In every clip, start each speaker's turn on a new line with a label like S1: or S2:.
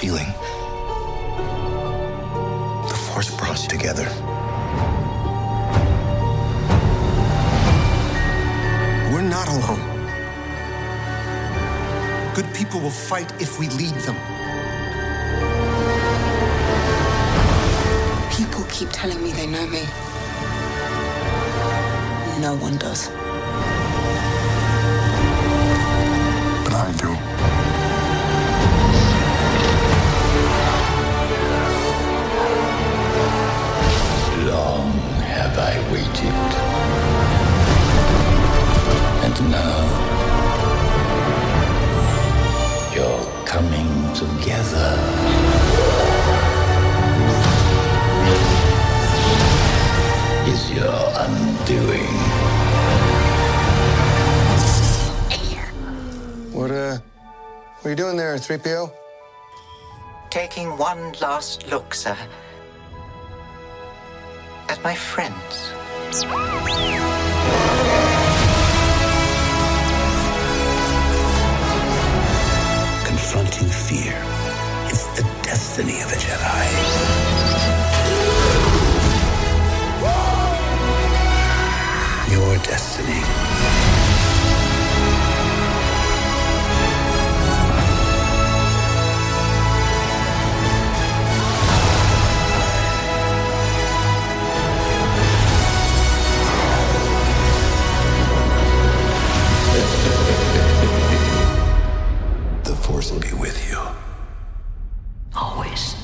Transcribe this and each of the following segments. S1: healing. The Force brought us together. We're not alone. Good people will fight if we lead them.
S2: People keep telling me they know me. No one does.
S1: But I do.
S3: Long have I waited. And now, you're coming together. Is your undoing.
S4: What, uh, what are you doing there, 3PO?
S5: Taking one last look, sir at my friends.
S3: Confronting fear is the destiny of a Jedi. Your destiny.
S1: The Force will be with you.
S5: Always.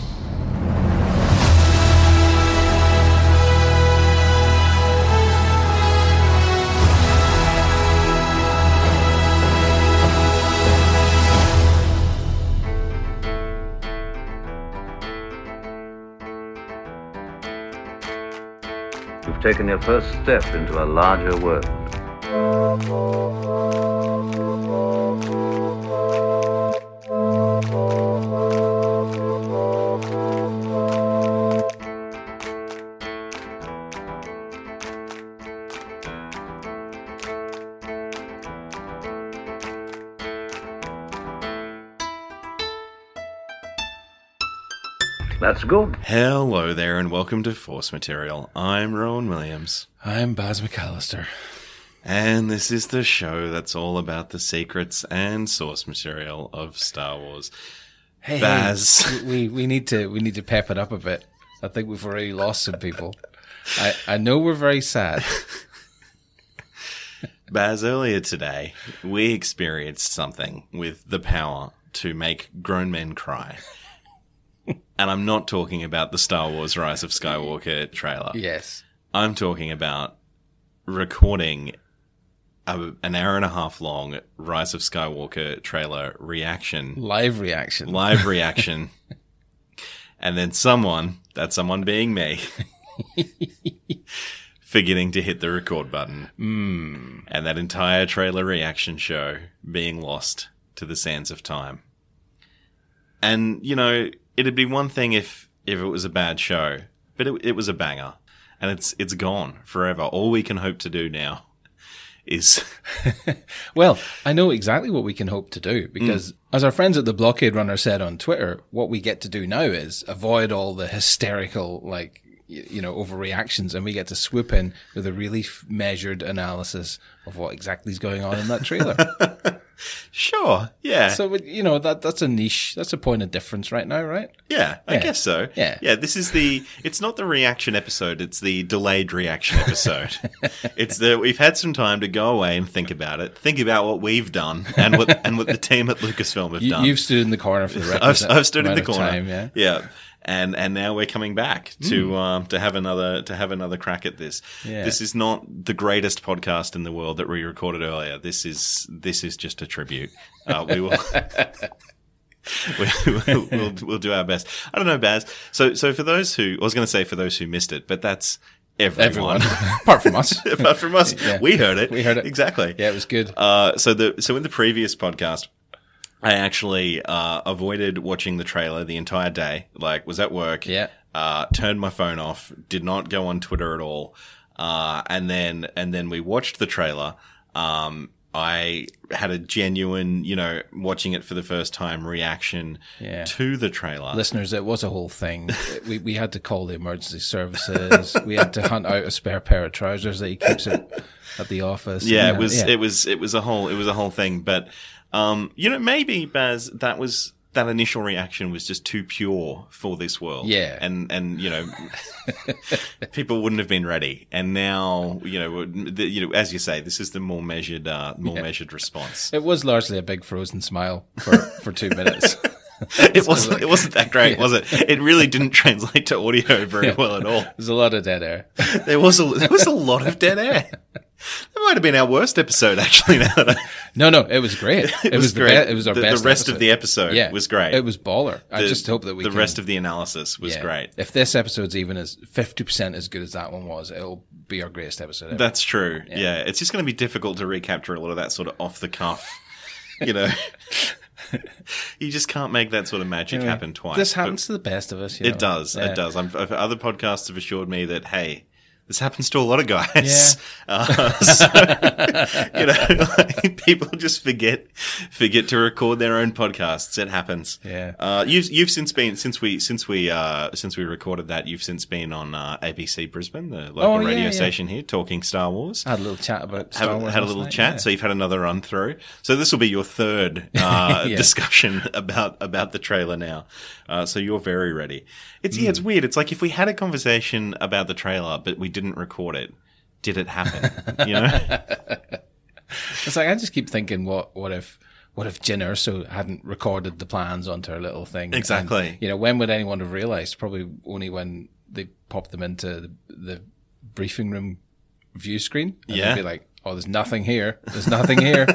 S6: You've taken your first step into a larger world. That's good.
S7: Hello there, and welcome to Force Material. I'm Rowan Williams,
S8: I'm Baz McAllister.
S7: and this is the show that's all about the secrets and source material of Star Wars.
S8: Hey,
S7: Baz.
S8: we we need to we need to pep it up a bit. I think we've already lost some people. I I know we're very sad.
S7: Baz, earlier today, we experienced something with the power to make grown men cry. and I'm not talking about the Star Wars Rise of Skywalker trailer.
S8: Yes,
S7: I'm talking about recording a, an hour and a half long Rise of Skywalker trailer reaction,
S8: live reaction.
S7: live reaction, and then someone, that someone being me, forgetting to hit the record button. And that entire trailer reaction show being lost to the sands of time. And, you know, it'd be one thing if, if it was a bad show, but it, it was a banger. And it's, it's gone forever. All we can hope to do now is
S8: Well, I know exactly what we can hope to do because, as our friends at the Blockade Runner said on Twitter, what we get to do now is avoid all the hysterical, like, y- you know, overreactions and we get to swoop in with a really f- measured analysis of what exactly is going on in that trailer.
S7: sure. Yeah.
S8: so, but, you know, that, that's a niche. That's a point of difference right now, right?
S7: Yeah, I
S8: Yeah.
S7: guess so.
S8: Yeah.
S7: Yeah, this is the it's not the reaction episode, it's the delayed reaction episode. it's the we've had some time to go away and think about it. Think about what we've done and what and what the team at Lucasfilm have
S8: You,
S7: done.
S8: you've stood in the corner for the record.
S7: I've, I've stood in the corner.
S8: Time, yeah. Hmm.
S7: And and now we're coming back to um, to have another to have another crack at this.
S8: Yeah.
S7: This is not the greatest podcast in the world that we recorded earlier. This is this is just a tribute. Uh, we will. we- we'll, we'll, we'll do our best. I don't know, Baz. So, so for those who, I was going to say for those who missed it, but that's everyone.
S8: Everyone, apart from us.
S7: Apart from us,
S8: Yeah.
S7: we heard it.
S8: We heard it.
S7: Exactly.
S8: Yeah, it was good.
S7: Uh, so the so in the previous podcast, I actually uh, avoided watching the trailer the entire day. Like, was at work.
S8: Yeah.
S7: Uh, turned my phone off. Did not go on Twitter at all. Uh, and then and then we watched the trailer. Um, I had a genuine, you know, watching it for the first time reaction
S8: Yeah.
S7: to the trailer.
S8: Listeners, it was a whole thing. We, we had to call the emergency services. we had to hunt out a spare pair of trousers that he keeps at, at the office.
S7: yeah,
S8: You
S7: it
S8: know,
S7: was
S8: yeah.
S7: it was it was a whole it was a whole thing. But um, you know, maybe Baz, that was that initial reaction was just too pure for this world.
S8: Yeah.
S7: and and you know, people wouldn't have been ready. And now you know, we're- the- you know, as you say, this is the more measured, uh, more measured response.
S8: It was largely a big frozen smile for, for two minutes.
S7: it wasn't it wasn't that great, was it? It really didn't translate to audio very well at all.
S8: There's a lot of dead air.
S7: There was a there was a lot of dead air. That might have been our worst episode, actually. Now that I-
S8: No, no, it was great. It, was, the
S7: great.
S8: Be- it was our
S7: the,
S8: best.
S7: The rest
S8: episode.
S7: of the episode
S8: yeah,
S7: was great.
S8: It was baller. I
S7: The-
S8: just hope that we
S7: the
S8: can-
S7: rest of the analysis was
S8: yeah.
S7: great.
S8: If this episode's even as fifty percent as good as that one was, it'll be our greatest episode. Ever.
S7: That's true. Yeah. it's just going to be difficult to recapture a lot of that sort of off the cuff. You know, you just can't make that sort of magic
S8: Anyway,
S7: happen twice.
S8: This
S7: But
S8: happens to the best of us. you know.
S7: It does.
S8: Yeah.
S7: It does. I'm, I've- other podcasts have assured me that hey, this happens to a lot of guys. Uh, so, you know, like, people just forget forget to record their own podcasts. It happens.
S8: Yeah.
S7: Uh, you've you've since been since we since we uh, since we recorded that you've since been on uh, ABC Brisbane, the local
S8: Oh, yeah,
S7: radio
S8: yeah.
S7: station here, talking Star Wars.
S8: I had a little chat about Star
S7: Have,
S8: Wars
S7: had a
S8: last
S7: little
S8: night,
S7: chat,
S8: yeah.
S7: so you've had another run through. So this will be your third uh,
S8: Yeah.
S7: discussion about about the trailer now. Uh, so you're very ready. It's yeah, it's
S8: Mm.
S7: weird. It's like if we had a conversation about the trailer, but we didn't record it. Did it happen? You know,
S8: It's like I just keep thinking, what what if what if Jin Erso hadn't recorded the plans onto her little thing?
S7: Exactly.
S8: And, you know, when would anyone have realised? Probably only when they popped them into the, the briefing room view screen. And
S7: Yeah.
S8: They'd be like, oh, there's nothing here. There's nothing here.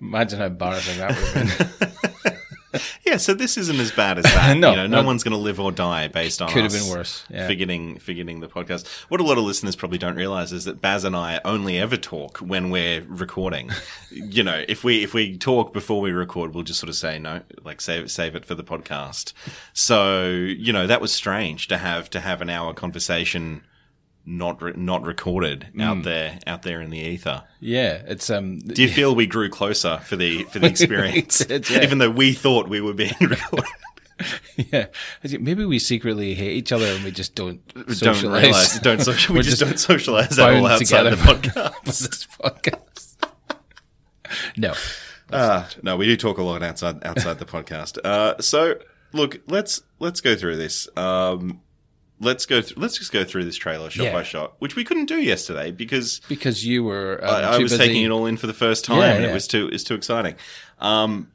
S8: Imagine how embarrassing that would have been.
S7: yeah. So this isn't as bad as that.
S8: No,
S7: you know, no,
S8: no.
S7: one's going to live or die based on
S8: Could have
S7: us
S8: been worse, yeah.
S7: Forgetting forgetting the podcast. What a lot of listeners probably don't realize is that Baz and I only ever talk when we're recording. you know, if we if we talk before we record, we'll just sort of say no, like save save it for the podcast. So you know that was strange to have to have an hour conversation not re- not recorded
S8: Mm.
S7: out there out there in the ether.
S8: yeah. It's, um,
S7: Do you feel we grew closer for the for the experience,
S8: did, yeah.
S7: even though we thought we were being recorded?
S8: yeah. Maybe we secretly hate each other and we just don't
S7: don't
S8: socialize.
S7: realize don't social, we
S8: We're
S7: just,
S8: just
S7: don't socialize at all
S8: bound
S7: outside the
S8: together.
S7: podcast.
S8: this podcast. no.
S7: Uh, no, we do talk a lot outside outside the podcast. Uh, so look, let's let's go through this. Um, let's go through. Let's just go through this trailer shot
S8: Yeah.
S7: by shot, which we couldn't do yesterday because
S8: Because you were. Um,
S7: I, I
S8: too
S7: was
S8: busy.
S7: taking it all in for the first time,
S8: Yeah,
S7: and it
S8: yeah.
S7: was too it was too exciting. Um,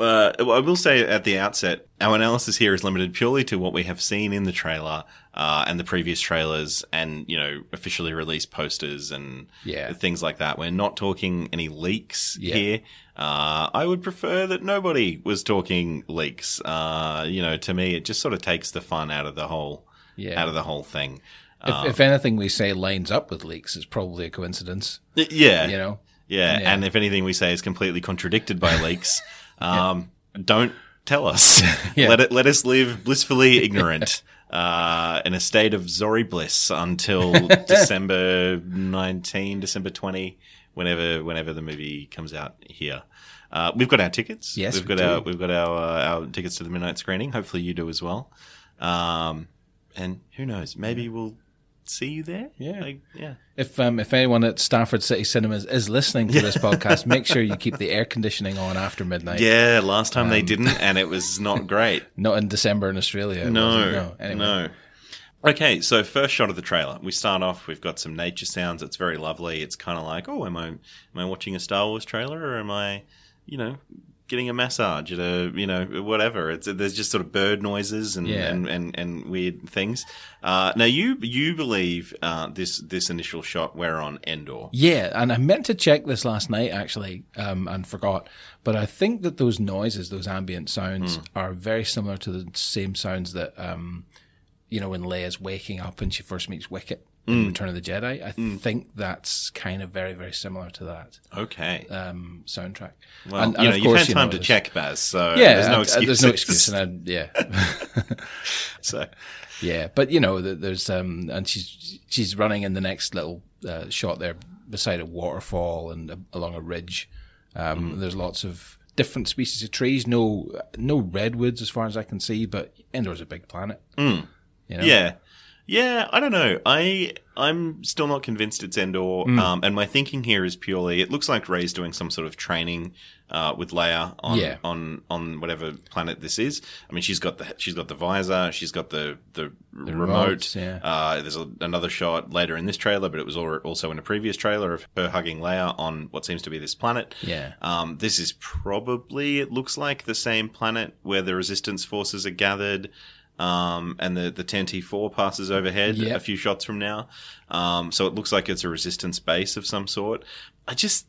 S7: uh, I will say at the outset, our analysis here is limited purely to what we have seen in the trailer uh, and the previous trailers, and you know, officially released posters and
S8: Yeah.
S7: things like that. We're not talking any leaks
S8: Yeah.
S7: here. Uh, I would prefer that nobody was talking leaks. Uh, you know, to me, it just sort of takes the fun out of the whole
S8: Yeah.
S7: out of the whole thing.
S8: If, if anything we say lines up with leaks, it's probably a coincidence.
S7: Y- Yeah,
S8: You know,
S7: Yeah,
S8: Yeah.
S7: and if anything we say is completely contradicted by leaks, um, don't tell us.
S8: Yeah.
S7: Let it let us live blissfully ignorant. Uh, in a state of Zori bliss until December 19, December 20, whenever whenever the movie comes out here. Uh, we've got our tickets.
S8: Yes,
S7: we've
S8: we
S7: got
S8: do.
S7: our we've got our uh, our tickets to the midnight screening. Hopefully you do as well. Um, and who knows? Maybe we'll see you there.
S8: Yeah.
S7: Like, yeah.
S8: if um, if anyone at Stafford City Cinemas is listening to this podcast, make sure you keep the air conditioning on after midnight.
S7: Yeah, last time
S8: Um,
S7: they didn't, and it was not great.
S8: Not in December in Australia. it
S7: no,
S8: wasn't. no. Anyway,
S7: no. Okay, so first shot of the trailer. We start off. We've got some nature sounds. It's very lovely. It's kind of like, oh, am I am I watching a Star Wars trailer, or am I, you know, getting a massage at a you know whatever? It's there's just sort of bird noises and
S8: Yeah.
S7: and, and and weird things. Uh, now you you believe uh, this this initial shot we're on Endor.
S8: Yeah, and I meant to check this last night actually, um, and forgot. But I think that those noises, those ambient
S7: Hmm.
S8: sounds, are very similar to the same sounds that, um, you know, when Leia's waking up and she first meets Wicket in
S7: Hmm.
S8: Return of the Jedi. I think that's kind of very, very similar to that
S7: Okay.
S8: um, soundtrack.
S7: well, you know,
S8: of
S7: you've
S8: course,
S7: had
S8: you
S7: time
S8: know,
S7: to
S8: there's-
S7: check, Baz. So
S8: Yeah,
S7: there's no
S8: and-
S7: excuse.
S8: and there's no excuse, and I, yeah,
S7: so
S8: yeah. But you know, th- there's um, and she's she's running in the next little uh, shot there beside a waterfall and a, along a ridge. Um, There's lots of different species of trees. No, no redwoods as far as I can see, but Endor's a big planet. You know?
S7: Yeah. Yeah, I don't know. I I'm still not convinced it's Endor.
S8: Hmm.
S7: Um, and my thinking here is purely it looks like Ray's doing some sort of training uh, with Leia on
S8: Yeah.
S7: on on whatever planet this is. I mean, she's got the she's got the visor, she's got the the, remote.
S8: remotes, yeah.
S7: Uh, there's a, another shot later in this trailer, but it was al- also in a previous trailer of her hugging Leia on what seems to be this planet.
S8: Yeah.
S7: Um, this is probably, it looks like, the same planet where the resistance forces are gathered. Um, and the, the 10T4 passes overhead
S8: Yep.
S7: a few shots from now. Um, so it looks like it's a resistance base of some sort. I just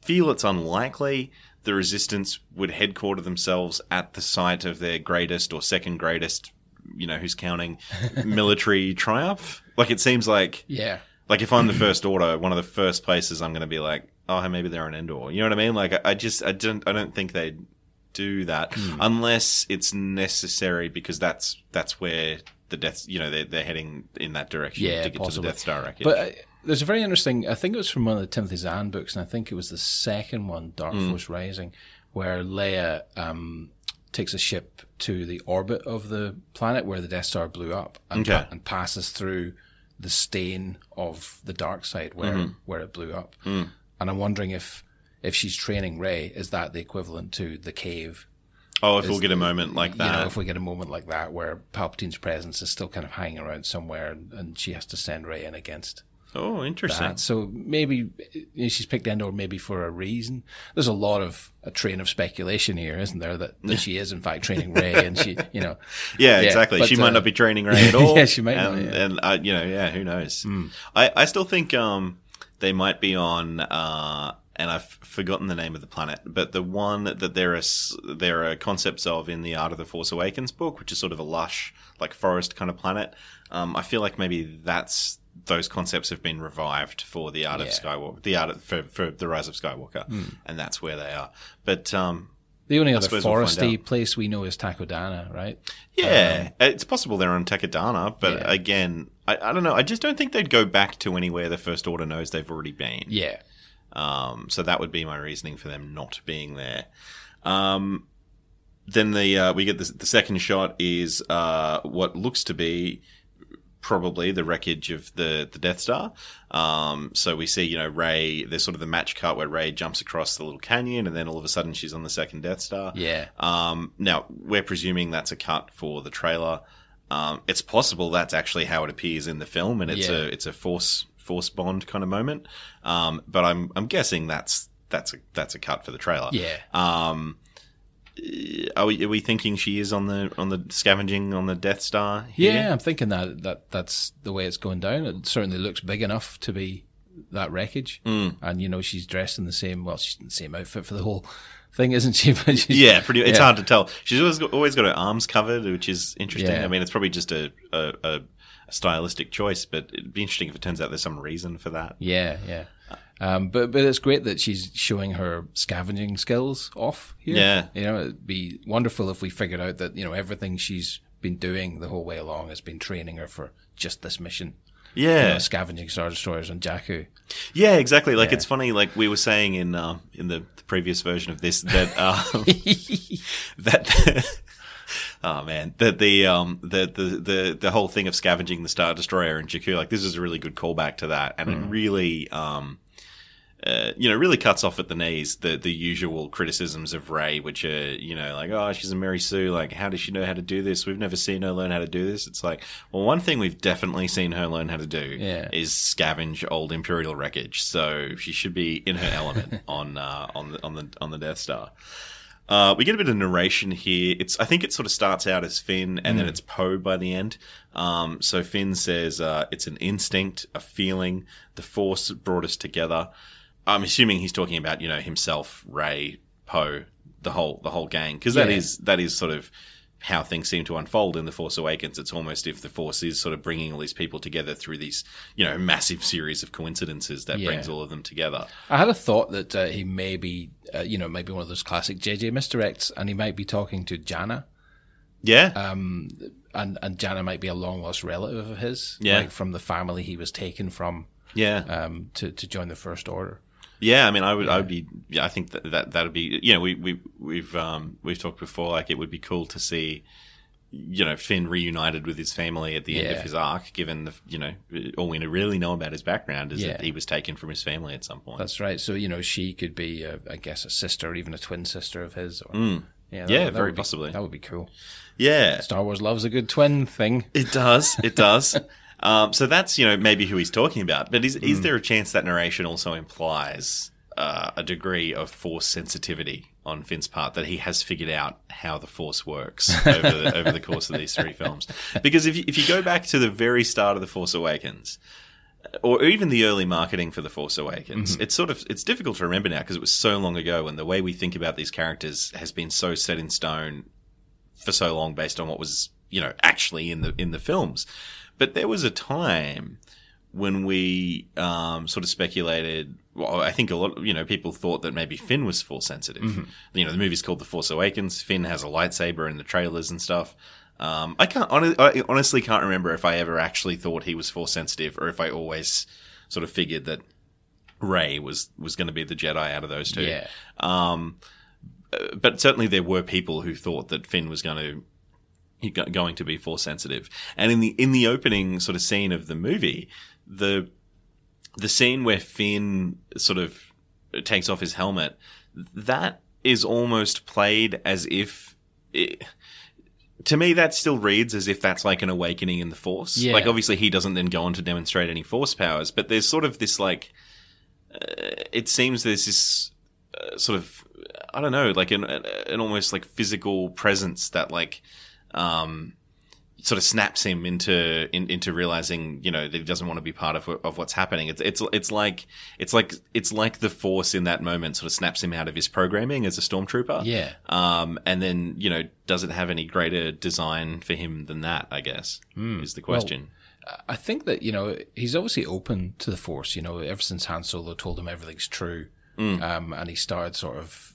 S7: feel it's unlikely the resistance would headquarter themselves at the site of their greatest or second greatest, you know, who's counting, military triumph. Like it seems like
S8: yeah.
S7: like if I'm the first order, one of the first places I'm going to be like, oh, maybe they're an Endor. You know what I mean? Like I, I just I don't I don't think they would do that
S8: Hmm.
S7: unless it's necessary because that's that's where the death you know they're, they're heading in that direction
S8: Yeah,
S7: to get
S8: possibly.
S7: to the Death Star wreckage.
S8: But uh, there's a very interesting. I think it was from one of the Timothy Zahn books, and I think it was the second one, Dark
S7: Mm.
S8: Force Rising, where Leia um, takes a ship to the orbit of the planet where the Death Star blew up, and,
S7: Okay.
S8: and passes through the stain of the dark side where
S7: Mm-hmm.
S8: where it blew up.
S7: Mm.
S8: And I'm wondering if if she's training Ray, is that the equivalent to the cave?
S7: oh, if we'll get a moment like
S8: You
S7: that,
S8: know, if we get a moment like that where Palpatine's presence is still kind of hanging around somewhere, and, and she has to send Ray in against
S7: oh, interesting.
S8: that. So maybe you know, she's picked Endor maybe for a reason. There's a lot of a train of speculation here, isn't there? That, that she is in fact training Ray, and she, you know,
S7: Yeah,
S8: Yeah,
S7: exactly.
S8: but,
S7: she might
S8: uh,
S7: not be training Ray at all.
S8: yeah, she might not,
S7: and,
S8: yeah. Hmm.
S7: And uh, you know, yeah, who knows? I, I still think um, they might be on. Uh, and I've forgotten the name of the planet, but the one that there are s- there are concepts of in the Art of the Force Awakens book, which is sort of a lush, like forest kind of planet. Um, I feel like maybe that's those concepts have been revived for the Art of
S8: Yeah. Hmm.
S7: Skywalker, the Art of, for, for the Rise of Skywalker, and that's where they are. But um,
S8: the only other
S7: suppose we'll find
S8: foresty
S7: out.
S8: place we know is Takodana, right?
S7: Yeah, it's possible they're on Takadana, but
S8: Um, Yeah.
S7: again, I, I don't know. I just don't think they'd go back to anywhere the First Order knows they've already been.
S8: Yeah,
S7: Um, so that would be my reasoning for them not being there. Um, then the uh, we get the, the second shot is uh, what looks to be probably the wreckage of the the Death Star. Um, so we see you know Ray. There's sort of the match cut where Ray jumps across the little canyon, and then all of a sudden she's on the second Death Star.
S8: yeah.
S7: Um, now, we're presuming that's a cut for the trailer. Um, it's possible that's actually how it appears in the film, and it's
S8: Yeah.
S7: a it's a force force bond kind of moment. Um, but I'm I'm guessing that's that's a that's a cut for the trailer.
S8: Yeah.
S7: Um, are we, are we thinking she is on the on the scavenging on the Death Star?
S8: yeah,
S7: here?
S8: I'm thinking that that that's the way it's going down. It certainly looks big enough to be that wreckage, mm. and you know she's dressed in the same well, she's in the same outfit for the whole thing, isn't she? But she's-
S7: Yeah, pretty. It's
S8: Yeah.
S7: hard to tell. She's always got, always got her arms covered, which is interesting.
S8: Yeah.
S7: I mean, it's probably just a, a, a stylistic choice, but it'd be interesting if it turns out there's some reason for that.
S8: Yeah, yeah. Um, but but it's great that she's showing her scavenging skills off here.
S7: Yeah.
S8: you know, it'd be wonderful if we figured out that you know everything she's been doing the whole way along has been training her for just this mission.
S7: Yeah,
S8: You know, scavenging star destroyers on Jakku.
S7: Yeah, exactly. Like it's funny. Like we were saying in um, in the, the previous version of this that um, that oh man that the um the, the the the whole thing of scavenging the star destroyer in Jakku like this is a really good callback to that, and it really um uh, you know really cuts off at the knees the the usual criticisms of Ray, which are you know like oh she's a Mary Sue, like how does she know how to do this? We've never seen her learn how to do this. It's like well one thing we've definitely seen her learn how to do
S8: Yeah.
S7: is scavenge old Imperial wreckage, so she should be in her element on uh, on the on the on the Death Star. Uh, we get a bit of narration here. It's I think it sort of starts out as Finn, and
S8: Mm.
S7: then it's Poe by the end. Um, so Finn says uh, it's an instinct, a feeling. The Force brought us together. I'm assuming he's talking about you know himself, Ray, Poe, the whole the whole gang, because that
S8: Yeah.
S7: is that is sort of how things seem to unfold in the Force Awakens. It's almost if the Force is sort of bringing all these people together through these you know massive series of coincidences that
S8: Yeah.
S7: brings all of them together.
S8: I had a thought that uh, he may be, uh, you know, maybe one of those classic JJ misdirects, and he might be talking to Jana,
S7: Yeah,
S8: Uh, and and Jana might be a long lost relative of his,
S7: Yeah.
S8: like from the family he was taken from.
S7: Yeah.
S8: um, to to join the First Order.
S7: Yeah, I mean, I would, I would be, yeah, I think that that that'd be, you know, we we we've um we've talked before, like it would be cool to see, you know, Finn reunited with his family at the end
S8: Yeah.
S7: of his arc, given the, you know, all we really know about his background is that
S8: Yeah.
S7: he was taken from his family at some point.
S8: That's right. So you know, she could be, uh, I guess, a sister or even a twin sister of his. Or, Yeah,
S7: Hmm. Yeah,
S8: would
S7: very
S8: be-
S7: possibly.
S8: That would be cool.
S7: yeah,
S8: Star Wars loves a good twin thing.
S7: it does, it does. um, so that's you know maybe who he's talking about, but is is there a chance that narration also implies uh, a degree of force sensitivity? On Finn's part, that he has figured out how the Force works over the, over the course of these three films, because if you, if you go back to the very start of the Force Awakens, uh, or even the early marketing for the Force Awakens, it's sort of it's difficult to remember now because it was so long ago, and the way we think about these characters has been so set in stone for so long based on what was you know actually in the in the films. But there was a time when we um, sort of speculated. Well, I think a lot you know people thought that maybe Finn was force sensitive. You know, the movie's called The Force Awakens. Finn has a lightsaber in the trailers and stuff. Um, I can't hon- I honestly can't remember if I ever actually thought he was force sensitive or if I always sort of figured that Ray was was going to be the Jedi out of those two
S8: Yeah,
S7: Um, but certainly there were people who thought that Finn was going to he go- going to be force sensitive. And in the in the opening sort of scene of the movie, the the scene where Finn sort of takes off his helmet, that is almost played as if it, to me that still reads as if that's like an awakening in the force.
S8: Yeah.
S7: Like obviously he doesn't then go on to demonstrate any force powers, but there's sort of this like uh, it seems there's this uh, sort of I don't know, like an an almost like physical presence that like um sort of snaps him into in, into realizing you know that he doesn't want to be part of of what's happening. It's it's it's like it's like it's like the force in that moment sort of snaps him out of his programming as a stormtrooper.
S8: Yeah.
S7: Um, and then you know doesn't have any greater design for him than that. I guess
S8: Hmm.
S7: is the question.
S8: I think that you know he's obviously open to the Force. You know, ever since Han Solo told him everything's true,
S7: Hmm.
S8: um, and he started sort of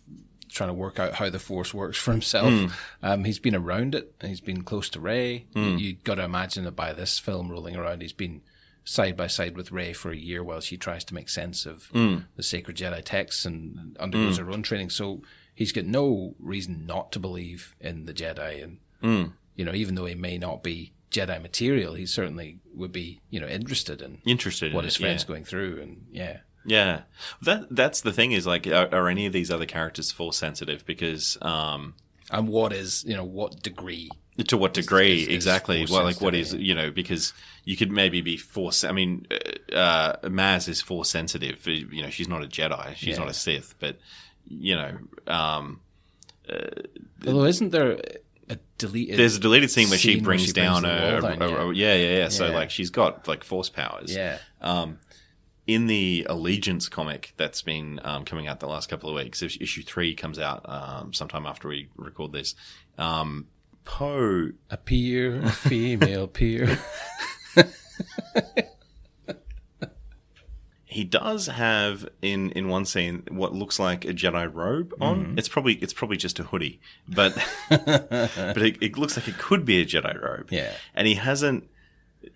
S8: trying to work out how the Force works for himself.
S7: Hmm.
S8: Um, he's been around it. and He's been close to Ray. You, have got to imagine that by this film rolling around, he's been side by side with Ray for a year while she tries to make sense of
S7: Hmm.
S8: the sacred Jedi texts and undergoes her own training. So he's got no reason not to believe in the Jedi and
S7: Hmm.
S8: you know, even though he may not be Jedi material, he certainly would be, you know, interested in
S7: Interested in
S8: what
S7: it,
S8: his friend's
S7: yeah.
S8: going through, and yeah,
S7: Yeah, that that's the thing is like are, are any of these other characters force sensitive? Because um,
S8: and what is, you know, what degree?
S7: to what degree
S8: is
S7: exactly?
S8: force
S7: Well, like what is
S8: sensitive,
S7: you know? Because you could maybe be force. I mean, uh, uh, Maz is force sensitive. uh, You know, she's not a Jedi. She's
S8: Yeah.
S7: not a Sith. But you know, um,
S8: Although, isn't there a deleted?
S7: there's a deleted scene where she
S8: scene where
S7: brings
S8: she brings
S7: down
S8: the
S7: a,
S8: wall down,
S7: a- a- yeah. yeah, yeah, So
S8: Yeah.
S7: like she's got like force powers.
S8: yeah,
S7: in the Allegiance comic that's been um, coming out the last couple of weeks, if issue three comes out um, sometime after we record this, um, Poe.
S8: a peer, a female peer.
S7: He does have in, in one scene what looks like a Jedi robe on.
S8: Mm-hmm.
S7: It's probably it's probably just a hoodie, but but it, it looks like it could be a Jedi robe.
S8: Yeah.
S7: and he hasn't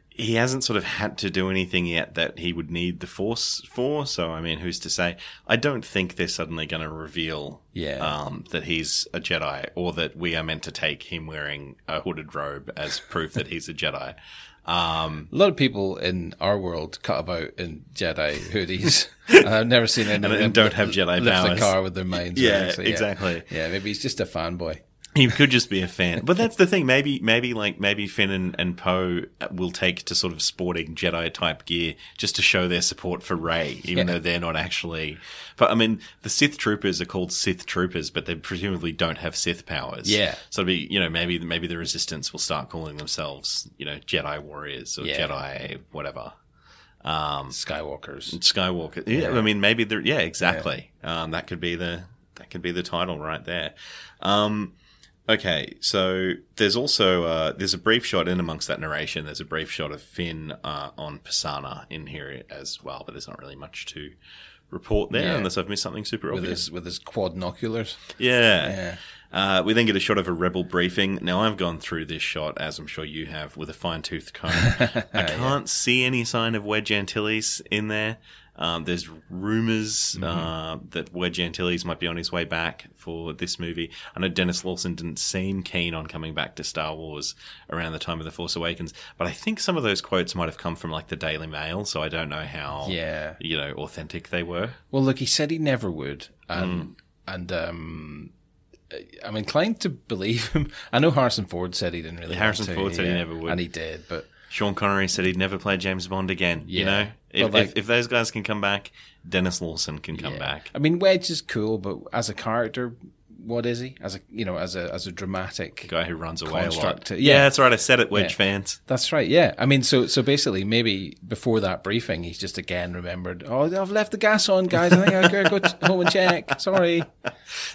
S7: he hasn't sort of had to do anything yet that he would need the Force for. So I mean, who's to say? I don't think they're suddenly going to reveal
S8: Yeah.
S7: um, that he's a Jedi, or that we are meant to take him wearing a hooded robe as proof that he's a Jedi. Um,
S8: A lot of people in our world cut about in Jedi hoodies. and I've never seen any
S7: And-
S8: of
S7: and
S8: them
S7: don't
S8: lift-
S7: have Jedi
S8: lift
S7: powers.
S8: the car with their minds. or
S7: Yeah,
S8: anything, so
S7: exactly.
S8: Yeah, maybe he's just a fanboy.
S7: He could just be a fan, but that's the thing. Maybe, maybe like maybe Finn and, and Poe will take to sort of sporting Jedi type gear just to show their support for Rey, even though they're not actually. But I mean, the Sith troopers are called Sith troopers, but they presumably don't have Sith powers.
S8: Yeah.
S7: So it'd be you know maybe maybe the Resistance will start calling themselves you know Jedi warriors or
S8: Yeah.
S7: Jedi whatever.
S8: Skywalkers.
S7: Skywalker. Yeah, I mean, maybe the yeah, exactly. Um, that could be the that could be the title right there. Um, okay, so there's also uh, there's a brief shot in amongst that narration. There's a brief shot of Finn uh, on Pisana in here as well, but there's not really much to report there
S8: Yeah.
S7: unless I've missed something super
S8: With
S7: obvious.
S8: his with his quadnoculars.
S7: Yeah.
S8: Yeah.
S7: Uh, we then get a shot of a rebel briefing. Now, I've gone through this shot, as I'm sure you have, with a fine tooth comb. I can't see any sign of Wedge Antilles in there. Um, there's rumors uh, that Wedge Antilles might be on his way back for this movie. I know Dennis Lawson didn't seem keen on coming back to Star Wars around the time of The Force Awakens, but I think some of those quotes might have come from like the Daily Mail, so I don't know how
S8: Yeah.
S7: you know authentic they were.
S8: Well, look, he said he never would,
S7: Hmm.
S8: and and um, I'm inclined to believe him. I know Harrison Ford said he didn't really. want
S7: Harrison
S8: to,
S7: Ford said he never would.
S8: and he did. But
S7: Sean Connery said he'd never play James Bond again. You
S8: Yeah.
S7: know, if,
S8: But, like-
S7: if, if those guys can come back, Dennis Lawson can come
S8: yeah.
S7: back.
S8: I mean, Wedge is cool, but as a character, what is he? As a you know, as a as a dramatic
S7: Guy who runs away
S8: Construct-
S7: a lot.
S8: yeah.
S7: Yeah. that's right. I said it, Wedge
S8: Yeah.
S7: fans.
S8: That's right. Yeah. I mean, so so basically, maybe before that briefing, he's just again remembered. Oh, I've left the gas on, guys. I think I gotta go t- home and check. Sorry.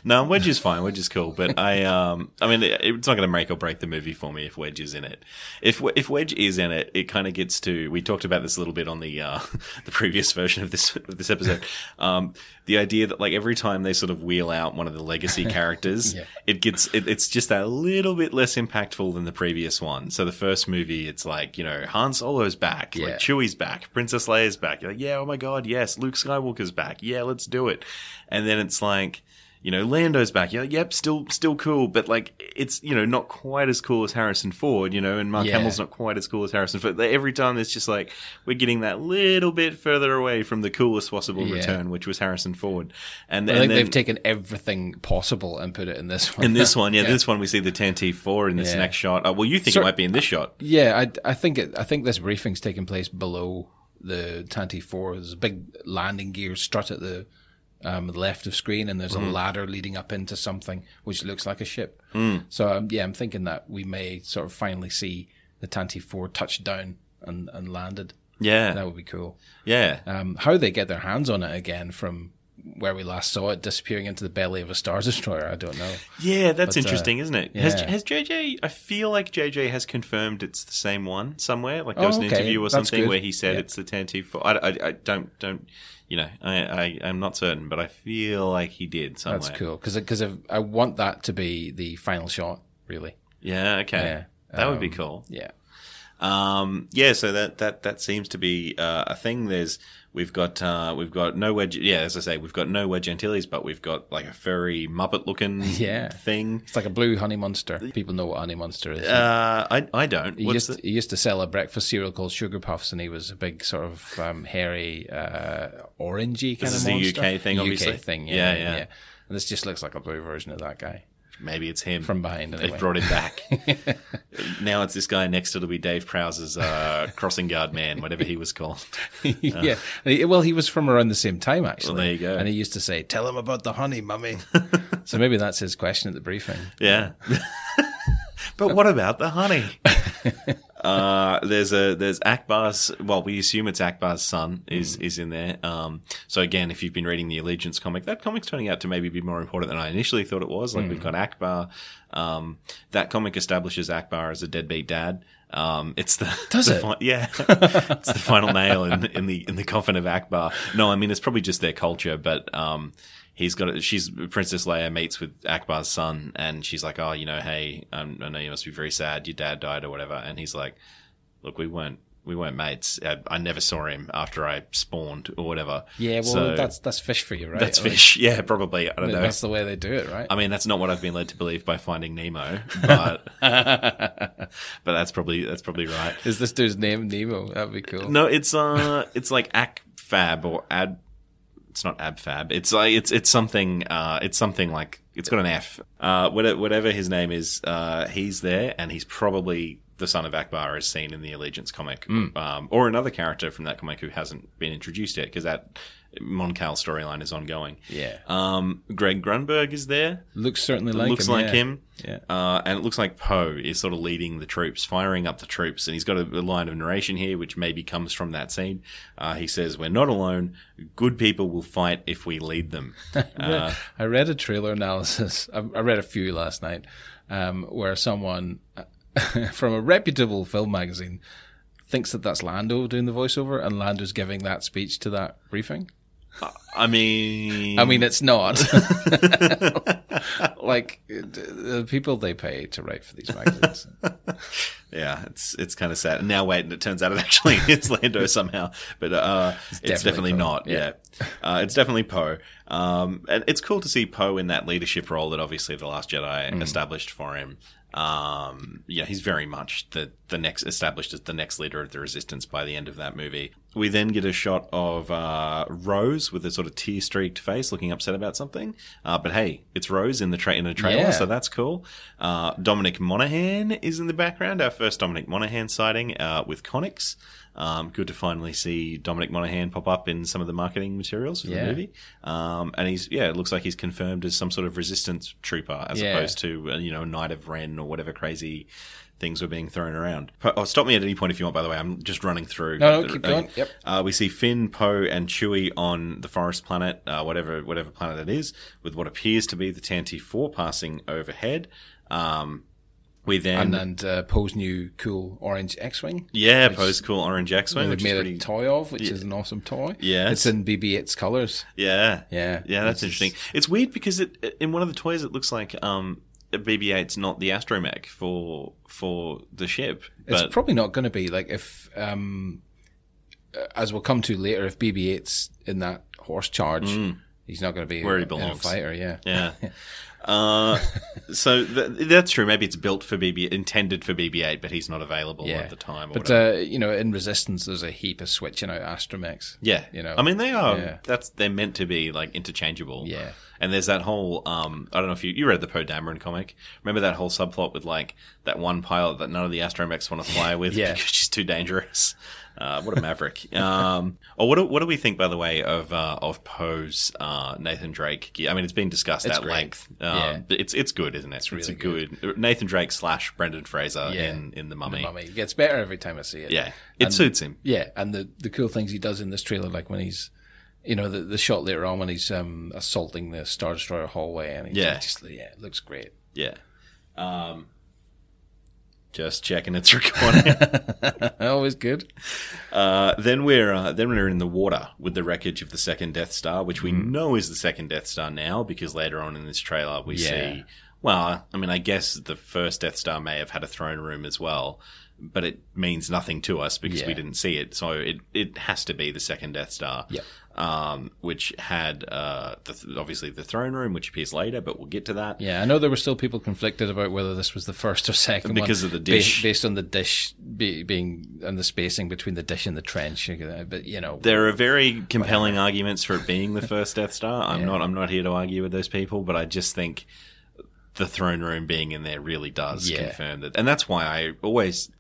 S7: No, Wedge is fine. Wedge is cool, but I, um, I mean, it, it's not going to make or break the movie for me if Wedge is in it. If We- if Wedge is in it, it kind of gets to. We talked about this a little bit on the uh, the previous version of this of this episode. Um, the idea that like every time they sort of wheel out one of the legacy characters,
S8: Yeah.
S7: it gets it, it's just a little bit less impactful than the previous one. So the first movie, it's like you know Han Solo's back,
S8: Yeah.
S7: like Chewie's back, Princess Leia's back. You're like, yeah, oh my god, yes, Luke Skywalker's back. Yeah, let's do it. And then it's like. You know, Lando's back. You're like, yep, still, still cool, but like, it's you know not quite as cool as Harrison Ford. You know, and Mark
S8: Yeah.
S7: Hamill's not quite as cool as Harrison Ford. Like, Every time it's just like we're getting that little bit further away from the coolest possible
S8: Yeah.
S7: return, which was Harrison Ford. And,
S8: I
S7: and
S8: think
S7: then,
S8: they've taken everything possible and put it in this one.
S7: in this one, yeah, this one we see the Tantive four in this
S8: Yeah.
S7: next shot. Uh, well, you think
S8: Sir-
S7: it might be in this shot?
S8: Yeah, I, I think it, I think this briefing's taking place below the Tanti Four. There's a big landing gear strut at the um, left of screen, and there's a ladder leading up into something which looks like a ship. So um, yeah, I'm thinking that we may sort of finally see the Tanti Four touch down and, and landed.
S7: Yeah,
S8: That would be cool.
S7: yeah,
S8: Um, how they get their hands on it again from where we last saw it disappearing into the belly of a star destroyer, I don't know.
S7: yeah. That's
S8: but, uh,
S7: interesting, isn't it? Has,
S8: yeah.
S7: has JJ? I feel like JJ has confirmed it's the same one somewhere. Like there was
S8: Oh,
S7: an
S8: okay,
S7: interview or
S8: that's
S7: something
S8: good.
S7: where he said
S8: Yeah.
S7: it's the Tantive four. I, I, I don't don't. You know, I, I I'm not certain, but I feel like he did somewhere.
S8: That's cool because because I want that to be the final shot, really.
S7: Yeah, okay.
S8: Yeah.
S7: That would be cool.
S8: Yeah.
S7: Um, yeah, so that that that seems to be uh, a thing. There's we've got uh, we've got no wedge. Yeah, as I say, we've got no wedge Antilles, but we've got like a furry Muppet looking
S8: Yeah.
S7: thing.
S8: It's like a blue honey monster. People know what honey monster is.
S7: Uh, I I don't.
S8: he,
S7: What's
S8: used,
S7: the,
S8: he used to sell a breakfast cereal called Sugar Puffs, and he was a big sort of um, hairy, uh, orangey
S7: This
S8: kind of
S7: is the
S8: monster.
S7: UK thing,
S8: UK
S7: obviously.
S8: thing, yeah,
S7: Yeah,
S8: yeah,
S7: yeah.
S8: yeah. And this just looks like a blue version of that guy.
S7: maybe it's him
S8: from behind, anyway.
S7: They've brought him back. now it's this guy next. It'll be Dave Prowse's uh, crossing guard man, whatever he was called.
S8: yeah. And he- well, he was from around the same time, actually.
S7: Well, there you go.
S8: And he used to say, "Tell him about the honey, mummy." so maybe that's his question at the briefing.
S7: Yeah. but what about the honey? uh, there's a there's Akbar's. Well, we assume it's Akbar's son
S8: Mm.
S7: is is in there. Um, so again, if you've been reading the Allegiance comic, that comic's turning out to maybe be more important than I initially thought it was. Like
S8: Mm.
S7: we've got Akbar. Um, that comic establishes Akbar as a deadbeat dad. Um, it's the
S8: Does
S7: the
S8: it?
S7: fi- yeah, it's the final nail in, in the in the coffin of Akbar. No, I mean it's probably just their culture, but um, he's got a, she's Princess Leia meets with Akbar's son, and she's like, "Oh, you know, hey, um, I know you must be very sad. Your dad died or whatever." And he's like, "Look, we weren't we weren't mates. I, I never saw him after I spawned or whatever."
S8: Yeah, well,
S7: So-
S8: that's that's fish for you, right?
S7: that's
S8: Like,
S7: fish. Yeah, probably. I don't know. Uh,
S8: That's the way they do it, right?
S7: I mean, that's not what I've been led to believe by Finding Nemo, but but that's probably that's probably right.
S8: Is this dude's name Nemo? That'd be cool.
S7: No, it's uh, it's like ACFab or ad. It's not AbFab. It's like it's it's something. Uh, it's something like it's got an F. Uh, whatever, whatever his name is, uh, he's there, and he's probably the son of Akbar, as seen in the Allegiance comic,
S8: Hmm.
S7: um, or another character from that comic who hasn't been introduced yet, because that Mon Cal storyline is ongoing.
S8: Yeah.
S7: Um, Greg Grunberg is there.
S8: Looks certainly
S7: It
S8: like
S7: looks
S8: him.
S7: like
S8: yeah.
S7: him.
S8: Yeah.
S7: Uh, and it looks like Poe is sort of leading the troops, firing up the troops. And he's got a, a line of narration here, which maybe comes from that scene. Uh, he says, We're not alone. Good people will fight if we lead them. Uh,
S8: I read a trailer analysis. I, I read a few last night, um, where someone from a reputable film magazine thinks that that's Lando doing the voiceover, and Lando's giving that speech to that briefing.
S7: I mean,
S8: I mean, it's not. like d- the people they pay to write for these magazines.
S7: Yeah, it's it's kind of sad. Now wait, and it turns out it actually is Lando somehow, but uh, it's, definitely,
S8: definitely Poe,
S7: not. Yeah,
S8: yeah.
S7: Uh, it's definitely Poe. Um, and it's cool to see Poe in that leadership role that obviously the Last Jedi
S8: Mm.
S7: established for him. Um, yeah, he's very much the the next established as the next leader of the Resistance by the end of that movie. We then get a shot of uh, Rose with a sort of tear streaked face, looking upset about something. Uh, but hey, it's Rose in the tra- in a trailer,
S8: Yeah.
S7: so that that's cool. Uh, Dominic Monaghan is in the background. Our first Dominic Monaghan sighting uh, with Conix. Um, good to finally see Dominic Monaghan pop up in some of the marketing materials for
S8: Yeah.
S7: the movie. Um, and he's yeah, it looks like he's confirmed as some sort of resistance trooper as
S8: Yeah.
S7: opposed to uh, you know Knight of Ren or whatever crazy things were being thrown around. Po- oh, stop me at any point if you want. By the way, I'm just running through.
S8: No, no,
S7: the-
S8: keep
S7: uh,
S8: going. Yep.
S7: uh, we see Finn, Poe, and Chewie on the forest planet, uh, whatever whatever planet it is, with what appears to be the Tanti Four passing overhead. Um, we then
S8: and and uh, Poe's new cool orange X-wing.
S7: yeah, Poe's cool orange X-wing,
S8: They've
S7: which is
S8: made
S7: pretty
S8: a toy of, which is an awesome toy.
S7: Yes.
S8: it's in BB-8's colors.
S7: yeah
S8: Yeah,
S7: yeah. That's
S8: which is-
S7: interesting. It's weird because it in one of the toys it looks like um, BB-8's not the astromech for for the ship,
S8: It's
S7: but
S8: probably not going to be like if, um, uh, as we'll come to later, if BB-8's in that horse charge, he's not going to be
S7: Mm. Where he
S8: in a
S7: belongs.
S8: fighter, yeah.
S7: Yeah. Uh, so th- that's true. Maybe it's built for BB, intended for BB-8, but he's not available
S8: Yeah.
S7: at the time. Or
S8: but
S7: whatever.
S8: uh, you know, in Resistance, there's a heap of switching out astromechs.
S7: yeah,
S8: you know,
S7: I mean, they are.
S8: yeah.
S7: That's they're meant to be like interchangeable.
S8: Yeah.
S7: And there's that whole. Um, I don't know if you you read the Poe Dameron comic. Remember that whole subplot with like that one pilot that none of the astromechs want to fly with
S8: Yeah.
S7: because she's too dangerous. Uh, what a maverick! um, or what do, what do we think, by the way, of uh, of Poe's uh, Nathan Drake? gear? I mean, it's been discussed at
S8: great.
S7: length. Um,
S8: Yeah.
S7: but it's it's good, isn't it? It's,
S8: really
S7: a good, Nathan Drake slash Brendan Fraser
S8: Yeah.
S7: in in the
S8: the
S7: Mummy.
S8: mummy it gets better every time I see it.
S7: Yeah, it suits him.
S8: yeah. And the the cool things he does in this trailer, like when he's, you know, the the shot later on when he's um assaulting the star destroyer hallway, and he
S7: Yeah.
S8: just yeah, it looks great.
S7: Yeah. Um, just checking it's recording.
S8: Always good.
S7: uh, then we're uh, then we're in the water with the wreckage of the second Death Star, which we
S8: Mm-hmm.
S7: know is the second Death Star now because later on in this trailer we
S8: Yeah.
S7: see. Well, I mean, I guess the first Death Star may have had a throne room as well, but it means nothing to us because we
S8: Yeah.
S7: didn't see it. So it it has to be the second Death Star.
S8: Yeah.
S7: Um, which had uh, the th- obviously the throne room, which appears later, but we'll get to that.
S8: Yeah, I know there were still people conflicted about whether this was the first or second one.
S7: Because of the
S8: ba-
S7: dish.
S8: based, on the dish be, being and the spacing between the dish and the trench. But you know,
S7: There are very compelling arguments for it being the first Death Star. I'm not I'm not here to argue with those people, but I just think the throne room being in there really does
S8: Yeah.
S7: confirm that. And that's why I always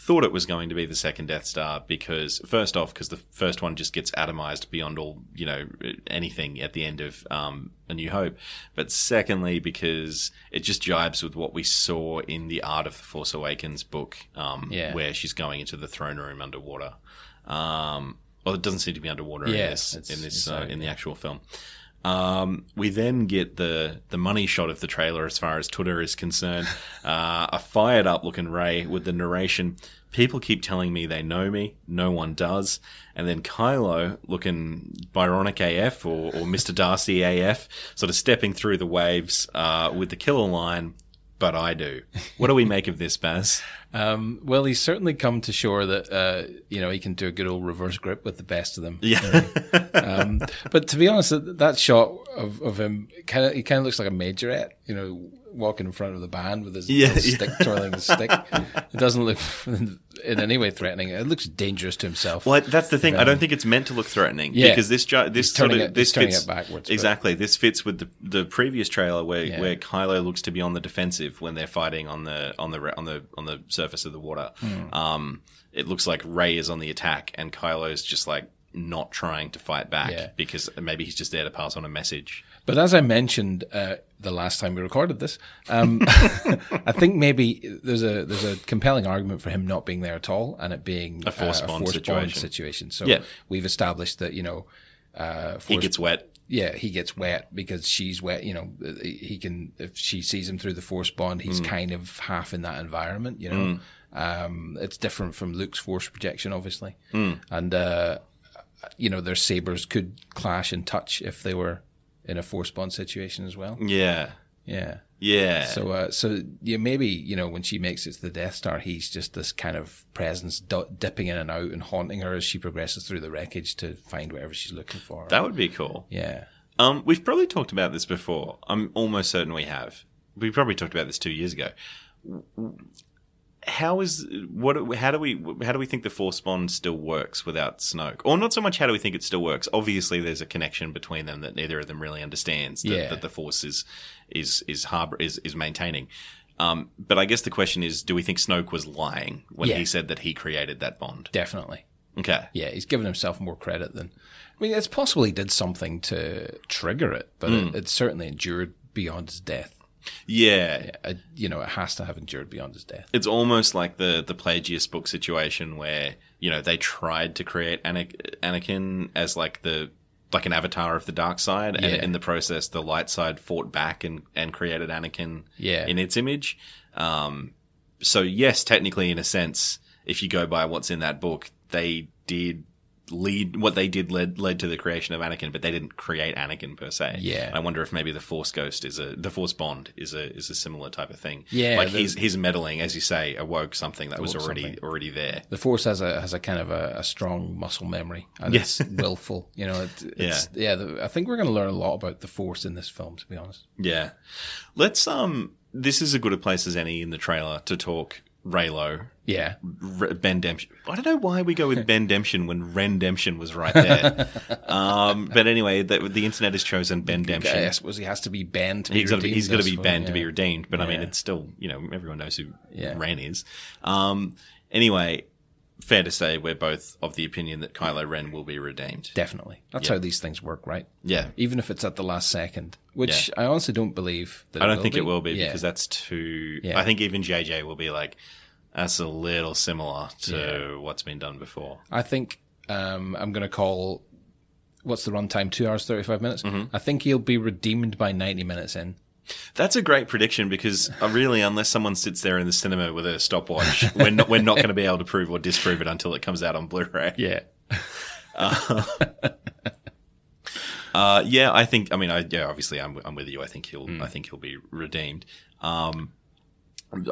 S7: thought it was going to be the second Death Star because first off because the first one just gets atomized beyond all, you know, anything at the end of um A New Hope, but secondly because it just jibes with what we saw in the Art of the Force Awakens book um
S8: Yeah.
S7: where she's going into the throne room underwater. Um, well, it doesn't seem to be underwater in
S8: Yeah,
S7: this,
S8: it's-
S7: in, this
S8: it's
S7: uh,
S8: not,
S7: in the actual film. Um, we then get the the money shot of the trailer as far as Twitter is concerned. Uh, a fired up looking Ray with the narration. People keep telling me they know me. No one does. And then Kylo looking Byronic AF or, or Mr. Darcy AF, sort of stepping through the waves uh, with the killer line, but I do. What do we make of this, Baz?
S8: um, well, he's certainly come to shore that uh, you know he can do a good old reverse grip with the best of them.
S7: Yeah.
S8: Um, but to be honest, that, that shot of, of him kind of he kind of looks like a majorette, you know, walking in front of the band with his
S7: Yeah,
S8: little
S7: yeah.
S8: stick twirling his stick. It doesn't look in any way threatening. It looks dangerous to himself.
S7: Well, that's the thing. I don't think it's meant to look threatening
S8: Yeah.
S7: because this ju- this
S8: He's
S7: sort of
S8: turning it-
S7: this
S8: he's turning
S7: fits
S8: it backwards, but-
S7: exactly. This fits with the the previous trailer where
S8: Yeah.
S7: where Kylo looks to be on the defensive when they're fighting on the on the re- on the on the surface of the water.
S8: Hmm.
S7: Um, it looks like Ray is on the attack and Kylo's just like not trying to fight back
S8: Yeah.
S7: because maybe he's just there to pass on a message.
S8: But as I mentioned uh, the last time we recorded this, um, I think maybe there's a there's a compelling argument for him not being there at all and it being uh,
S7: A force bond
S8: bond
S7: situation.
S8: situation. So
S7: Yeah.
S8: we've established that you know, uh,
S7: He
S8: force,
S7: gets wet.
S8: yeah, he gets wet because she's wet. You know, he he can if she sees him through the force bond,
S7: Mm.
S8: he's kind of half in that environment. You know, um, it's different from Luke's force projection, obviously,
S7: Mm.
S8: and uh, you know their sabers could clash and touch if they were in a force bond situation as well.
S7: Yeah.
S8: Yeah.
S7: Yeah.
S8: So, uh, so yeah, maybe you know when she makes it to the Death Star, he's just this kind of presence d- dipping in and out and haunting her as she progresses through the wreckage to find whatever she's looking for.
S7: that would be cool.
S8: yeah,
S7: Um, we've probably talked about this before. I'm almost certain we have. We probably talked about this two years ago. How is what? How do we? How do we think the Force bond still works without Snoke? Or not so much. How do we think it still works? Obviously, there's a connection between them that neither of them really understands. That,
S8: Yeah.
S7: that the Force is is is harbor is is maintaining. Um, but I guess the question is, do we think Snoke was lying when
S8: Yeah.
S7: he said that he created that bond?
S8: definitely.
S7: Okay.
S8: Yeah, he's given himself more credit than. I mean, it's possible he did something to trigger it, but
S7: Hmm.
S8: it, it certainly endured beyond his death.
S7: Yeah.
S8: Uh you know, it has to have endured beyond his death.
S7: it's almost like the the Plagius book situation where you know they tried to create Ana- Anakin as like the like an avatar of the dark side, and
S8: Yeah.
S7: in the process, the light side fought back and and created Anakin
S8: Yeah.
S7: in its image. Um, so yes, technically, in a sense, if you go by what's in that book, they did lead what they did led led to the creation of Anakin, but they didn't create Anakin per se.
S8: Yeah.
S7: I wonder if maybe the Force Ghost is a the Force Bond is a is a similar type of thing.
S8: Yeah,
S7: like
S8: the-
S7: he's his meddling, as you say, awoke something that was
S8: Awoke
S7: already
S8: something.
S7: already there.
S8: The Force has a has a kind of a, a strong muscle memory, and
S7: Yes.
S8: it's willful. You know, it, it's, yeah. the, I think we're going to learn a lot about the Force in this film, to be honest.
S7: Yeah, let's um. This is as good a place as any in the trailer to talk Raylo.
S8: Yeah,
S7: R- Ben Demption. I don't know why we go with Ben Demption when Rendemption was right there. um, but anyway, the, the internet has chosen Ben Demption.
S8: I suppose he has to be banned. To be
S7: He's got to be,
S8: redeemed,
S7: he's got to
S8: I
S7: be
S8: suppose,
S7: banned to
S8: yeah.
S7: be redeemed, but I mean,
S8: Yeah.
S7: it's still, you know, everyone knows who
S8: Yeah.
S7: Ren is. Um, anyway, fair to say we're both of the opinion that Kylo Ren will be redeemed.
S8: Definitely, that's how these things work, right?
S7: Yeah.
S8: even if it's at the last second, which I honestly don't believe. That
S7: I don't think it will be
S8: Yeah.
S7: because that's too.
S8: Yeah.
S7: I think even JJ will be like, that's a little similar to what's been done before.
S8: I think um, I'm going to call. What's the runtime? Two hours thirty five minutes.
S7: Mm-hmm.
S8: I think he'll be redeemed by ninety minutes in.
S7: That's a great prediction because uh, really, unless someone sits there in the cinema with a stopwatch, we're not, we're not going to be able to prove or disprove it until it comes out on Blu-ray.
S8: Yeah,
S7: Uh, yeah, I think. I mean, I, yeah, obviously, I'm, I'm with you. I think he'll. I think he'll be redeemed. Um,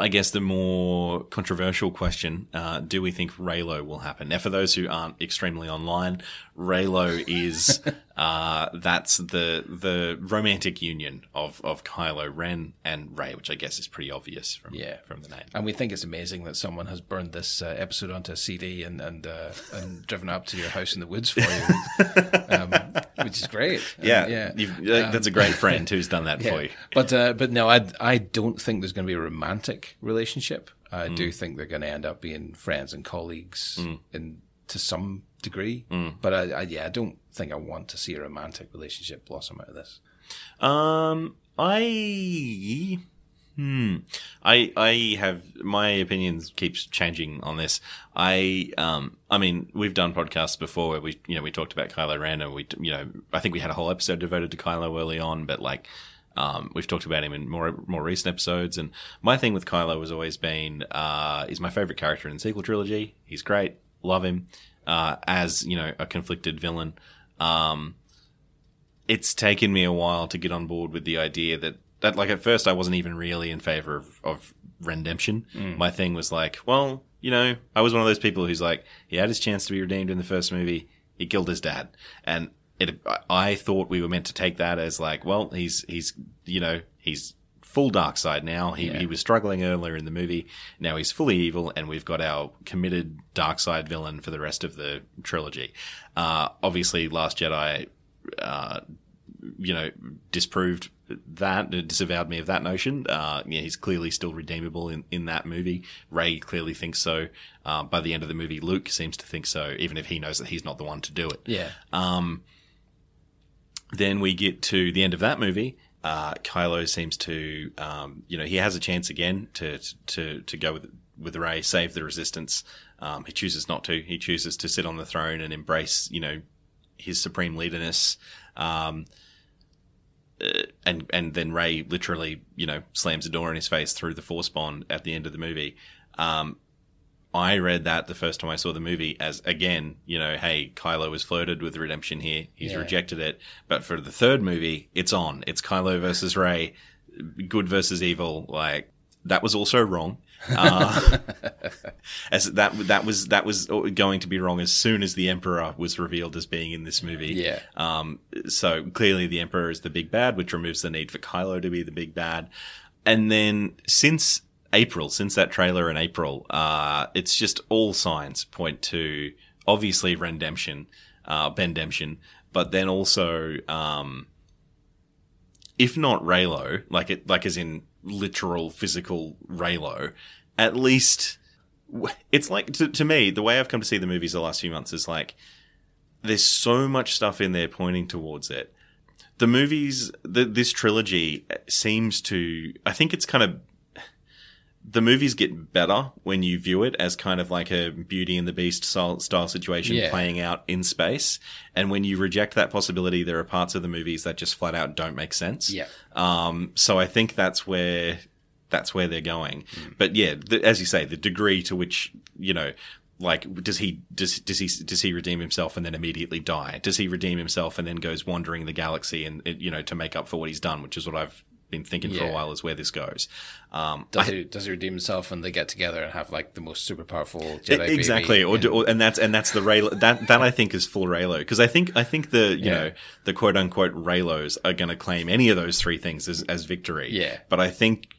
S7: I guess the more controversial question: uh, Do we think Raylo will happen? Now, for those who aren't extremely online, Raylo is uh, that's the the romantic union of of Kylo Ren and Ray, which I guess is pretty obvious from
S8: Yeah.
S7: from the name.
S8: and we think it's amazing that someone has burned this uh, episode onto a CD and and uh, and driven up to your house in the woods for you, um, which is great. Um,
S7: Yeah,
S8: yeah.
S7: You've, uh, that's a great friend who's done that for you.
S8: But uh, but no, I I don't think there's going to be a romantic relationship. I
S7: Mm.
S8: do think they're going to end up being friends and colleagues in to some degree.
S7: Mm.
S8: But I, I yeah, I don't think I want to see a romantic relationship blossom out of this.
S7: Um, I hmm, I I have my opinions keeps changing on this. I um, I mean, we've done podcasts before where we you know we talked about Kylo Ren and we t- you know I think we had a whole episode devoted to Kylo early on, but like. Um, we've talked about him in more more recent episodes, and my thing with Kylo has always been uh, he's my favorite character in the sequel trilogy. He's great, love him uh, as you know a conflicted villain. Um, it's taken me a while to get on board with the idea that that like at first I wasn't even really in favor of, of redemption. My thing was like, well, you know, I was one of those people who's like, he had his chance to be redeemed in the first movie. He killed his dad, and it. I- I thought we were meant to take that as like, well, he's he's you know he's full dark side now. He he was struggling earlier in the movie. Now he's fully evil, and we've got our committed dark side villain for the rest of the trilogy. Uh, obviously, Last Jedi uh, you know, disproved that, disavowed me of that notion. Uh, yeah, he's clearly still redeemable in, in that movie. Ray clearly thinks so. Uh, by the end of the movie, Luke seems to think so, even if he knows that he's not the one to do it.
S8: Yeah,
S7: Then we get to the end of that movie. Uh, Kylo seems to, um, you know, he has a chance again to to to go with with Ray, save the Resistance. Um, he chooses not to. He chooses to sit on the throne and embrace, you know, his supreme leaderness. Um, uh, and and then Ray literally, you know, slams the door in his face through the Force bond at the end of the movie. Um, I read that the first time I saw the movie as again, you know, hey, Kylo was flirted with redemption here. He's rejected it, but for the third movie, it's on. It's Kylo versus Ray. good versus evil, like that was also wrong. Uh, as that that was that was going to be wrong as soon as the emperor was revealed as being in this movie.
S8: Yeah.
S7: Um. So clearly, the emperor is the big bad, which removes the need for Kylo to be the big bad. And then since April, since that trailer in April, uh, it's just all signs point to obviously Rendemption, uh, Bendemption, but then also um if not Raylo, like it, like as in literal physical Raylo, at least w- it's like to, to me the way I've come to see the movies the last few months is like there's so much stuff in there pointing towards it. The movies, the, this trilogy seems to, I think it's kind of. The movies get better when you view it as kind of like a Beauty and the Beast style, style situation
S8: Yeah.
S7: playing out in space. And when you reject that possibility, there are parts of the movies that just flat out don't make sense.
S8: Yeah.
S7: Um, so I think that's where that's where they're going.
S8: Hmm.
S7: But yeah, the, as you say, the degree to which you know, like, does he does does he does he redeem himself and then immediately die? Does he redeem himself and then goes wandering the galaxy and it- you know to make up for what he's done, which is what I've been thinking for
S8: Yeah.
S7: a while is where this goes. Um,
S8: Does he does he redeem himself and they get together and have like the most super powerful Jedi
S7: E-
S8: baby?
S7: exactly or, do- or and that's and that's the raylo that that i think is full raylo because i think i think the you
S8: Yeah.
S7: know the quote unquote raylos are going to claim any of those three things as, as victory
S8: Yeah.
S7: but i think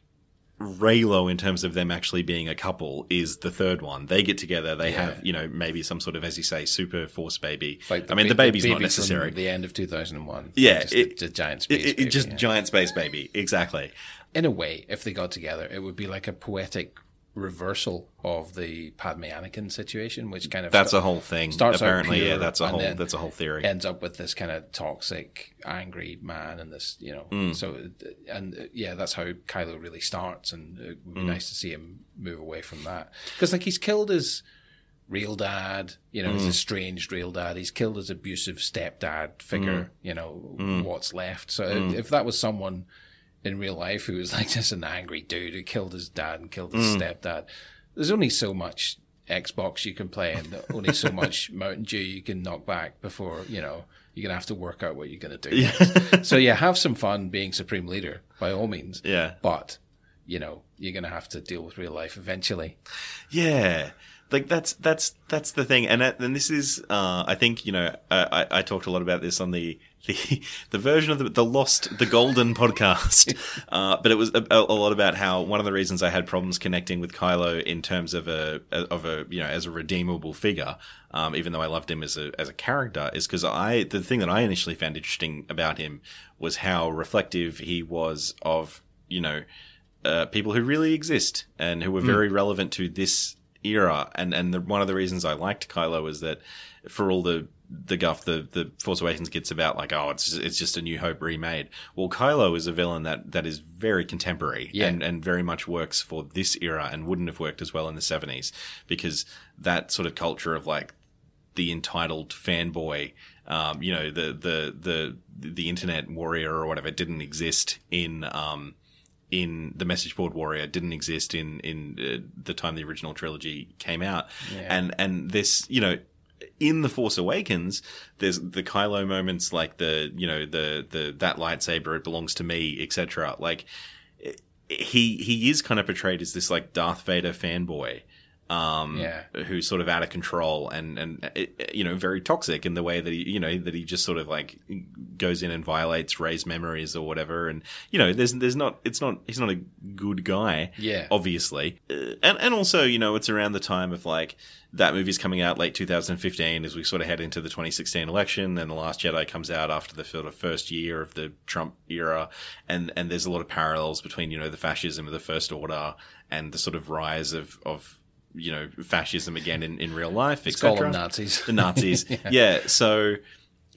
S7: raylo in terms of them actually being a couple is the third one they get together they have you know maybe some sort of as you say super force baby
S8: Like
S7: i mean
S8: ba-
S7: the baby's
S8: baby
S7: not necessary
S8: From the end of two thousand and one.
S7: yeah
S8: just
S7: it-
S8: a, a giant
S7: it-
S8: space.
S7: it- it
S8: baby,
S7: just
S8: yeah.
S7: giant space baby exactly
S8: in a way, if they got together, it would be like a poetic reversal of the Padme Anakin situation, which kind of
S7: that's
S8: sta-
S7: a whole thing
S8: starts out
S7: apparently yeah
S8: pure
S7: that's a
S8: and
S7: whole
S8: then
S7: that's a whole theory
S8: ends up with this kind of toxic, angry man, and this you know. So and uh, yeah, that's how Kylo really starts, and it would be nice to see him move away from that because like he's killed his real dad, you know, his estranged real dad. He's killed his abusive stepdad figure. You know what's left. So if that was someone in real life who was like just an angry dude who killed his dad and killed his stepdad. There's only so much Xbox you can play and only so much Mountain Dew you can knock back before, you know, you're going to have to work out what you're going to do. next. so yeah, have some fun being supreme leader by all means.
S7: Yeah.
S8: But, you know, you're going to have to deal with real life eventually.
S7: Yeah. Like that's that's that's the thing, and that, and this is uh, I think you know I, I, I talked a lot about this on the the, the version of the, the lost the golden podcast, uh, but it was a, a lot about how one of the reasons I had problems connecting with Kylo in terms of a of a you know as a redeemable figure, um, even though I loved him as a as a character, is because I the thing that I initially found interesting about him was how reflective he was of you know uh, people who really exist and who were very relevant to this era. And and the, one of the reasons I liked Kylo is that for all the the guff the the Force Awakens gets about like oh it's just, it's just a New Hope remade. Well, Kylo is a villain that that is very contemporary
S8: Yeah.
S7: and and very much works for this era and wouldn't have worked as well in the seventies because that sort of culture of like the entitled fanboy. Um, you know the the the the internet warrior or whatever didn't exist in um, in the message board warrior didn't exist in in uh, the time the original trilogy came out, and and this you know in the Force Awakens there's the Kylo moments like the you know the the that lightsaber it belongs to me etc. Like he he is kind of portrayed as this like Darth Vader fanboy um,
S8: Yeah.
S7: who's sort of out of control and and uh, you know very toxic in the way that he you know that he just sort of like goes in and violates Ray's memories or whatever and you know there's there's not it's not he's not a good guy
S8: Yeah.
S7: obviously Uh, and and also you know it's around the time of like that movie's coming out late 2015 as we sort of head into the 2016 election and the last jedi comes out after the sort of first year of the trump era and and there's a lot of parallels between you know the fascism of the first order and the sort of rise of of you know fascism again in, in real life
S8: Let's call them
S7: etc.
S8: Nazis.
S7: the nazis yeah. so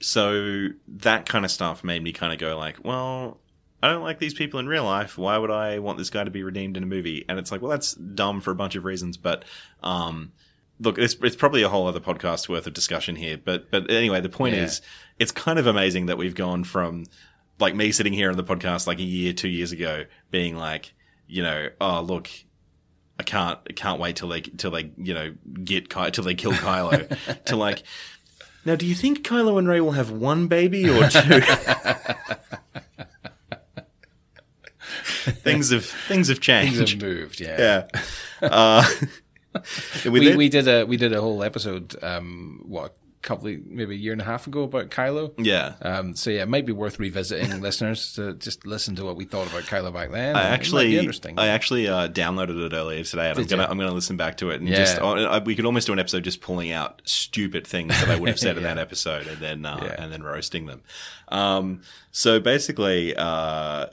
S7: so that kind of stuff made me kind of go like well I don't like these people in real life. Why would I want this guy to be redeemed in a movie? And it's like, well, that's dumb for a bunch of reasons. But um, look, it's, it's probably a whole other podcast worth of discussion here. But but anyway, the point
S8: Yeah.
S7: is, it's kind of amazing that we've gone from like me sitting here on the podcast like a year, two years ago, being like, you know, oh look, I can't I can't wait till they till they you know get Ky- till they kill Kylo to like. Now, do you think Kylo and Ray will have one baby or two? things have things have changed.
S8: Things have moved, yeah.
S7: yeah. Uh,
S8: We, we did a we did a whole episode, um, what a couple of, maybe a year and a half ago about Kylo.
S7: yeah.
S8: Um, so yeah, it might be worth revisiting, listeners, to just listen to what we thought about Kylo back then.
S7: I
S8: It might be
S7: actually,
S8: interesting.
S7: I actually uh, downloaded it earlier today, and I'm gonna, I'm gonna listen back to it, and
S8: Yeah.
S7: just oh, I, we could almost do an episode just pulling out stupid things that I would have said in that episode, and then uh,
S8: Yeah.
S7: and then roasting them. Um, so basically, uh,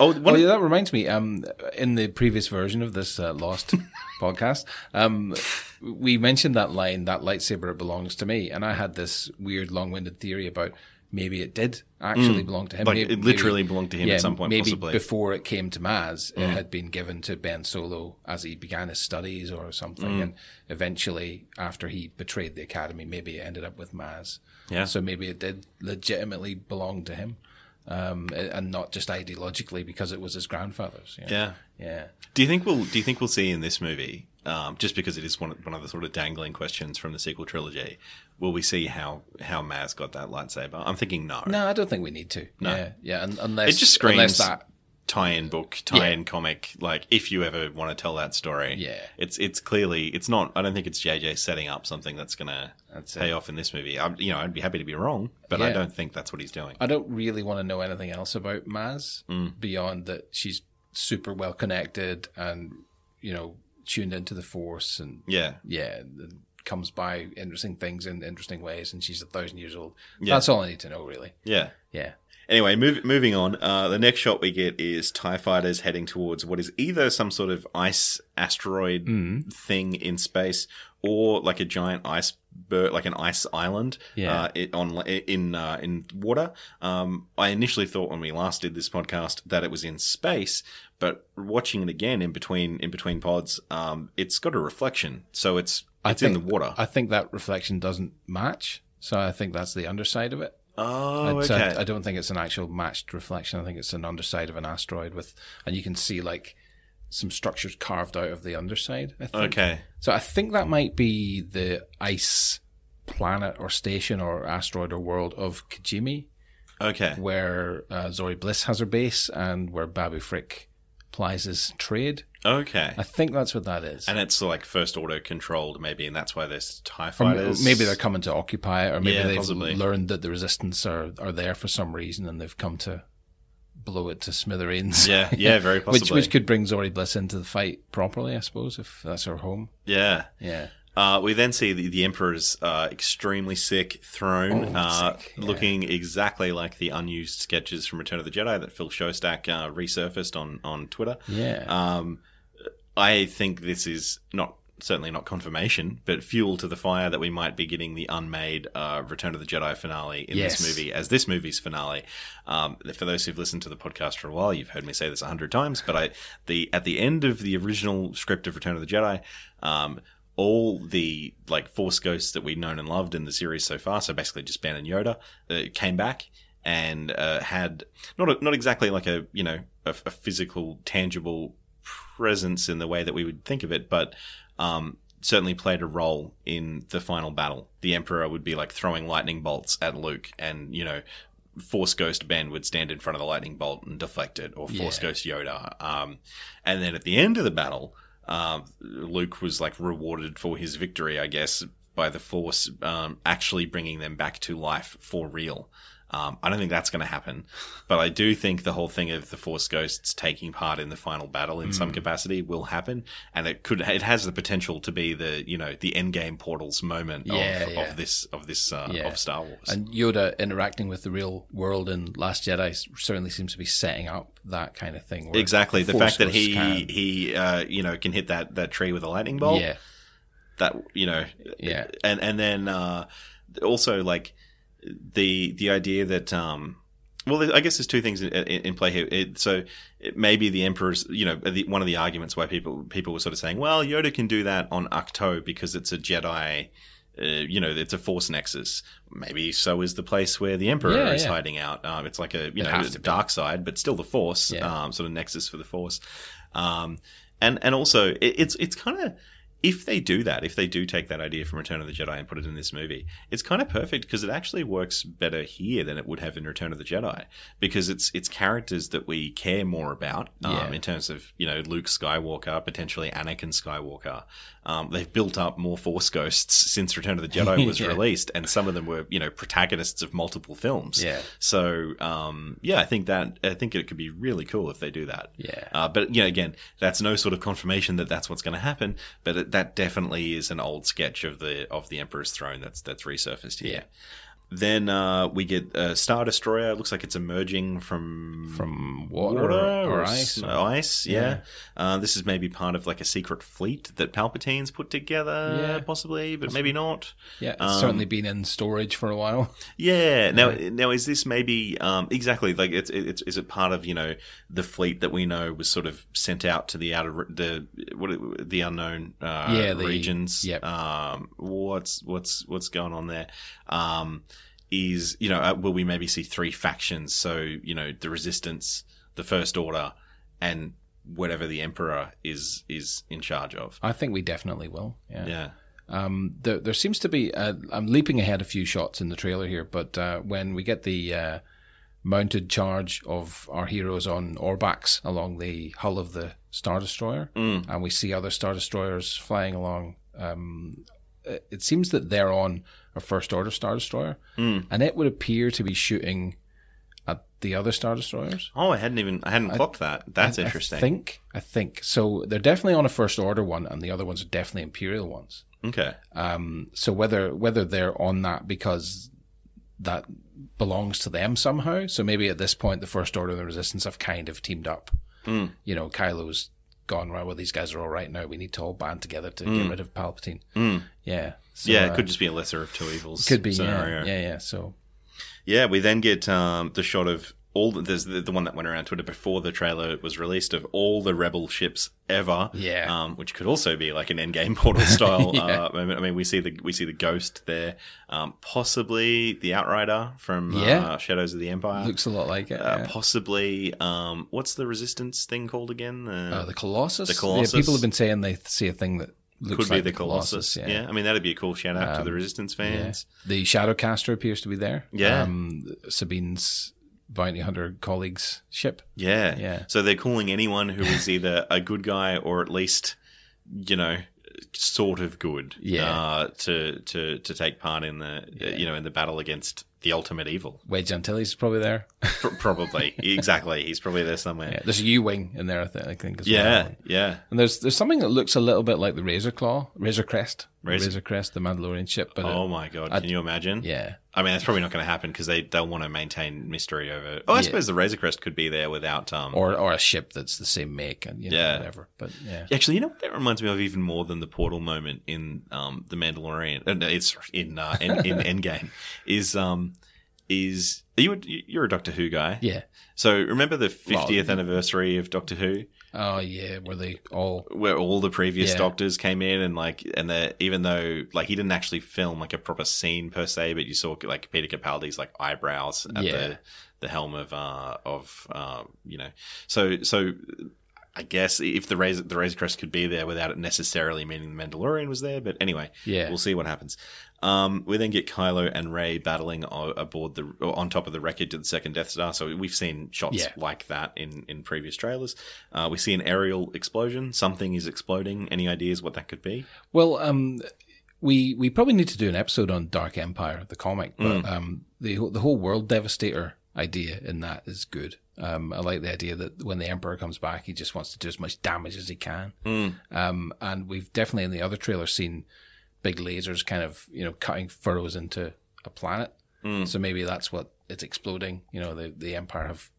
S7: oh, one
S8: Oh,
S7: of-
S8: yeah, that reminds me. Um, in the previous version of this uh, Lost podcast, um, we mentioned that line that lightsaber belongs to me, and I had this weird long-winded theory about maybe it did actually belong to him.
S7: Mm. Like,
S8: Maybe-
S7: it literally belonged to him at some point,
S8: maybe
S7: possibly. Mm.
S8: before it came to Maz, it had been given to Ben Solo as he began his studies or something,
S7: Mm.
S8: and eventually, after he betrayed the Academy, maybe it ended up with Maz.
S7: Yeah.
S8: So maybe it did legitimately belong to him um, and not just ideologically because it was his grandfather's. you know?
S7: yeah.
S8: yeah.
S7: Do you think we'll do you think we'll see in this movie? Um, just because it is one of, one of the sort of dangling questions from the sequel trilogy, will we see how how Maz got that lightsaber? I'm thinking no.
S8: No, I don't think we need to. No. Yeah, yeah. un- unless
S7: It just
S8: unless
S7: screams
S8: that.
S7: tie-in book, tie-in comic. Like if you ever want to tell that story,
S8: Yeah.
S7: it's it's clearly it's not. I don't think it's JJ setting up something that's gonna
S8: That's
S7: pay
S8: it.
S7: off in this movie. I, you know, I'd be happy to be wrong, but I
S8: Yeah.
S7: don't think that's what he's doing.
S8: I don't really want to know anything else about Maz
S7: Mm.
S8: beyond that she's super well connected and you know tuned into the Force and
S7: yeah,
S8: yeah, th- comes by interesting things in interesting ways, and she's a thousand years old.
S7: Yeah.
S8: That's all I need to know, really.
S7: yeah.
S8: Yeah.
S7: Anyway, move, moving on. Uh, the next shot we get is TIE fighters heading towards what is either some sort of ice asteroid
S8: Mm.
S7: thing in space or like a giant ice bird, like an ice island
S8: Yeah.
S7: uh, it, on in uh, in water. Um, I initially thought when we last did this podcast that it was in space, but watching it again in between in between pods, um, it's got a reflection, so it's it's in the water.
S8: I think that reflection doesn't match, so I think that's the underside of it.
S7: oh,
S8: So
S7: okay.
S8: I, I don't think it's an actual matched reflection. I think it's an underside of an asteroid with, and you can see like some structures carved out of the underside. I think.
S7: okay.
S8: So I think that might be the ice planet or station or asteroid or world of Kijimi,
S7: Okay.
S8: where uh, Zori Bliss has her base and where Babu Frick plies his trade.
S7: Okay.
S8: I think that's what that is.
S7: And it's like first order controlled, maybe, and that's why there's TIE
S8: Or m-
S7: fighters.
S8: maybe they're coming to occupy it, or maybe
S7: Yeah,
S8: they've
S7: possibly.
S8: learned that the resistance are, are there for some reason, and they've come to blow it to smithereens.
S7: Yeah, yeah, very
S8: which
S7: possibly.
S8: which could bring Zori Bliss into the fight properly, I suppose, if that's her home.
S7: Yeah.
S8: Yeah,
S7: Uh, we then see the, the Emperor's uh, extremely sick throne,
S8: Oh,
S7: uh,
S8: sick, yeah.
S7: looking exactly like the unused sketches from Return of the Jedi that Phil Shostak uh, resurfaced on, on Twitter.
S8: yeah,
S7: Um, I think this is not certainly not confirmation, but fuel to the fire that we might be getting the unmade uh, Return of the Jedi finale in
S8: Yes.
S7: this movie as this movie's finale. Um, for those who've listened to the podcast for a while, you've heard me say this a hundred times, but I the at the end of the original script of Return of the Jedi. Um, all the like force ghosts that we've known and loved in the series so far, so basically just Ben and Yoda, uh, came back and uh, had not a, not exactly like a you know a, a physical tangible presence in the way that we would think of it, but um, certainly played a role in the final battle. The Emperor would be like throwing lightning bolts at Luke, and you know, Force Ghost Ben would stand in front of the lightning bolt and deflect it, or Force Ghost Yoda. Um, and then at the end of the battle, um, Luke was like rewarded for his victory, I guess, by the Force um, actually bringing them back to life for real. Um, I don't think that's going to happen, but I do think the whole thing of the Force Ghosts taking part in the final battle in
S8: Hmm.
S7: some capacity will happen, and it could it has the potential to be the you know the end game portals moment
S8: Yeah,
S7: of,
S8: yeah.
S7: of this of this uh,
S8: Yeah.
S7: of Star Wars.
S8: and Yoda interacting with the real world in Last Jedi s- certainly seems to be setting up that kind of thing. where
S7: exactly the
S8: Force
S7: fact that
S8: ghosts
S7: he
S8: can-
S7: he uh, you know can hit that that tree with a lightning bolt
S8: yeah,
S7: that you know
S8: yeah,
S7: and and then uh, also like the the idea that um well I guess there's two things in, in, in play here it, so it, maybe the emperor's you know the, one of the arguments why people people were sort of saying well Yoda can do that on Ukto because it's a Jedi uh, you know it's a Force nexus maybe so is the place where the Emperor
S8: Yeah,
S7: is
S8: yeah.
S7: hiding out um, it's like a you
S8: It
S7: know
S8: has to be.
S7: dark side but still the Force
S8: Yeah.
S7: um, sort of nexus for the Force um, and and also it, it's it's kind of if they do that, if they do take that idea from Return of the Jedi and put it in this movie, it's kind of perfect because it actually works better here than it would have in Return of the Jedi because it's it's characters that we care more about um,
S8: Yeah.
S7: in terms of you know Luke Skywalker, potentially Anakin Skywalker. Um, they've built up more Force ghosts since Return of the Jedi was
S8: Yeah.
S7: released, and some of them were you know protagonists of multiple films.
S8: Yeah.
S7: So um, yeah, I think that I think it could be really cool if they do that.
S8: Yeah.
S7: Uh, but you know, again, that's no sort of confirmation that that's what's going to happen. But it, that definitely is an old sketch of the of the Emperor's throne that's that's resurfaced here. Then uh, we get a Star Destroyer. Looks like it's emerging from
S8: from Mm, water,
S7: water
S8: or,
S7: s-
S8: ice. or-
S7: ice, yeah. Uh, this is maybe part of like a secret fleet that Palpatine's put together,
S8: Yeah.
S7: possibly, but maybe not.
S8: yeah, it's
S7: Um,
S8: certainly been in storage for a while.
S7: Yeah. Now, now is this maybe um, exactly like it's it's is it part of you know the fleet that we know was sort of sent out to the outer the what it- the unknown uh,
S8: Yeah, the-
S7: regions?
S8: yep.
S7: Um, what's what's what's going on there? Um, is you know uh, will we maybe see three factions? So you know the resistance, the first order, and whatever the emperor is is in charge of.
S8: I think we definitely will. Yeah.
S7: Yeah.
S8: Um, there, there seems to be. Uh, I'm leaping ahead a few shots in the trailer here, but uh, when we get the uh, mounted charge of our heroes on Orbax along the hull of the Star Destroyer,
S7: Mm.
S8: and we see other Star Destroyers flying along, um, it it seems that they're on a First Order Star Destroyer,
S7: Mm.
S8: and it would appear to be shooting at the other Star Destroyers.
S7: Oh, I hadn't even I hadn't clocked that. That's interesting.
S8: I think. I think. So they're definitely on a First Order one, and the other ones are definitely Imperial ones.
S7: okay.
S8: Um, so whether whether they're on that because that belongs to them somehow. So maybe at this point, the First Order and the Resistance have kind of teamed up.
S7: Hmm.
S8: You know, Kylo's gone right. Well, these guys are all right now. We need to all band together to get rid of Palpatine. Yeah. So,
S7: Hmm. yeah, it
S8: uh,
S7: could just be a lesser of two evils.
S8: could be.
S7: scenario.
S8: Yeah, yeah. Yeah. So
S7: Yeah, we then get um, the shot of all the, there's the, the one that went around Twitter before the trailer was released of all the rebel ships ever.
S8: Yeah.
S7: um, which could also be like an endgame portal style uh, moment. I mean, we see the we see the ghost there, um, possibly the Outrider from
S8: Yeah.
S7: uh, Shadows of the Empire.
S8: looks a lot like it.
S7: uh,
S8: yeah.
S7: Possibly, um, what's the resistance thing called again? The,
S8: Uh, the Colossus.
S7: The
S8: Yeah,
S7: Colossus.
S8: people have been saying they th- see a thing that looks
S7: could
S8: like
S7: be the Colossus. yeah. I mean that'd be a cool shout
S8: Um,
S7: out to the Resistance fans.
S8: The Shadowcaster appears to be there.
S7: Yeah.
S8: Um, Sabine's bounty hunter colleague's ship.
S7: Yeah.
S8: Yeah.
S7: So they're calling anyone who is either a good guy or at least, you know, sort of good.
S8: Yeah.
S7: Uh, to to to take part in the uh, you know in the battle against the ultimate evil.
S8: Wedge Antilles is probably there.
S7: Pr- probably exactly. He's probably there
S8: Yeah,
S7: somewhere.
S8: there's a U wing in there, I think. I think as
S7: Yeah.
S8: Well.
S7: Yeah.
S8: And there's there's something that looks a little bit like the Razor Claw, Razor Crest,
S7: Razor-
S8: Razor, Crest, the Mandalorian ship. But it-
S7: Oh my god! Can you imagine?
S8: yeah,
S7: I mean, that's probably not going to happen because they they'll want to maintain mystery over. Oh, I
S8: Yeah.
S7: suppose the Razor Crest could be there without um.
S8: or or a ship that's the same make and you know,
S7: Yeah.
S8: whatever. But yeah,
S7: Actually, you know what that reminds me of even more than the portal moment in um, the Mandalorian. Uh, no, it's in uh, in, in Endgame. Is um is are you a, you're a Doctor Who guy?
S8: yeah.
S7: So remember the 50th
S8: Well,
S7: anniversary of Doctor Who,
S8: Oh yeah, were they all?
S7: where all the previous
S8: Yeah.
S7: Doctors came in and like and the even though like he didn't actually film like a proper scene per se, but you saw like Peter Capaldi's like eyebrows at
S8: Yeah.
S7: the the helm of uh of uh you know so so I guess if the Razor, the Razor Crest could be there without it necessarily meaning the Mandalorian was there, but anyway,
S8: Yeah.
S7: we'll see what happens. Um, we then get Kylo and Ray battling o- aboard the or on top of the wreckage of the second Death Star. So we've seen shots
S8: Yeah.
S7: like that in in previous trailers. Uh, we see an aerial explosion. Something is exploding. Any ideas what that could be?
S8: Well, um, we we probably need to do an episode on Dark Empire, the comic. But um, the whole- the whole world devastator idea in that is good. Um, I like the idea that when the Emperor comes back, he just wants to do as much damage as he can. Um, and we've definitely in the other trailer seen big lasers kind of you know cutting furrows into a planet. So maybe that's what it's exploding. You know, the the Empire have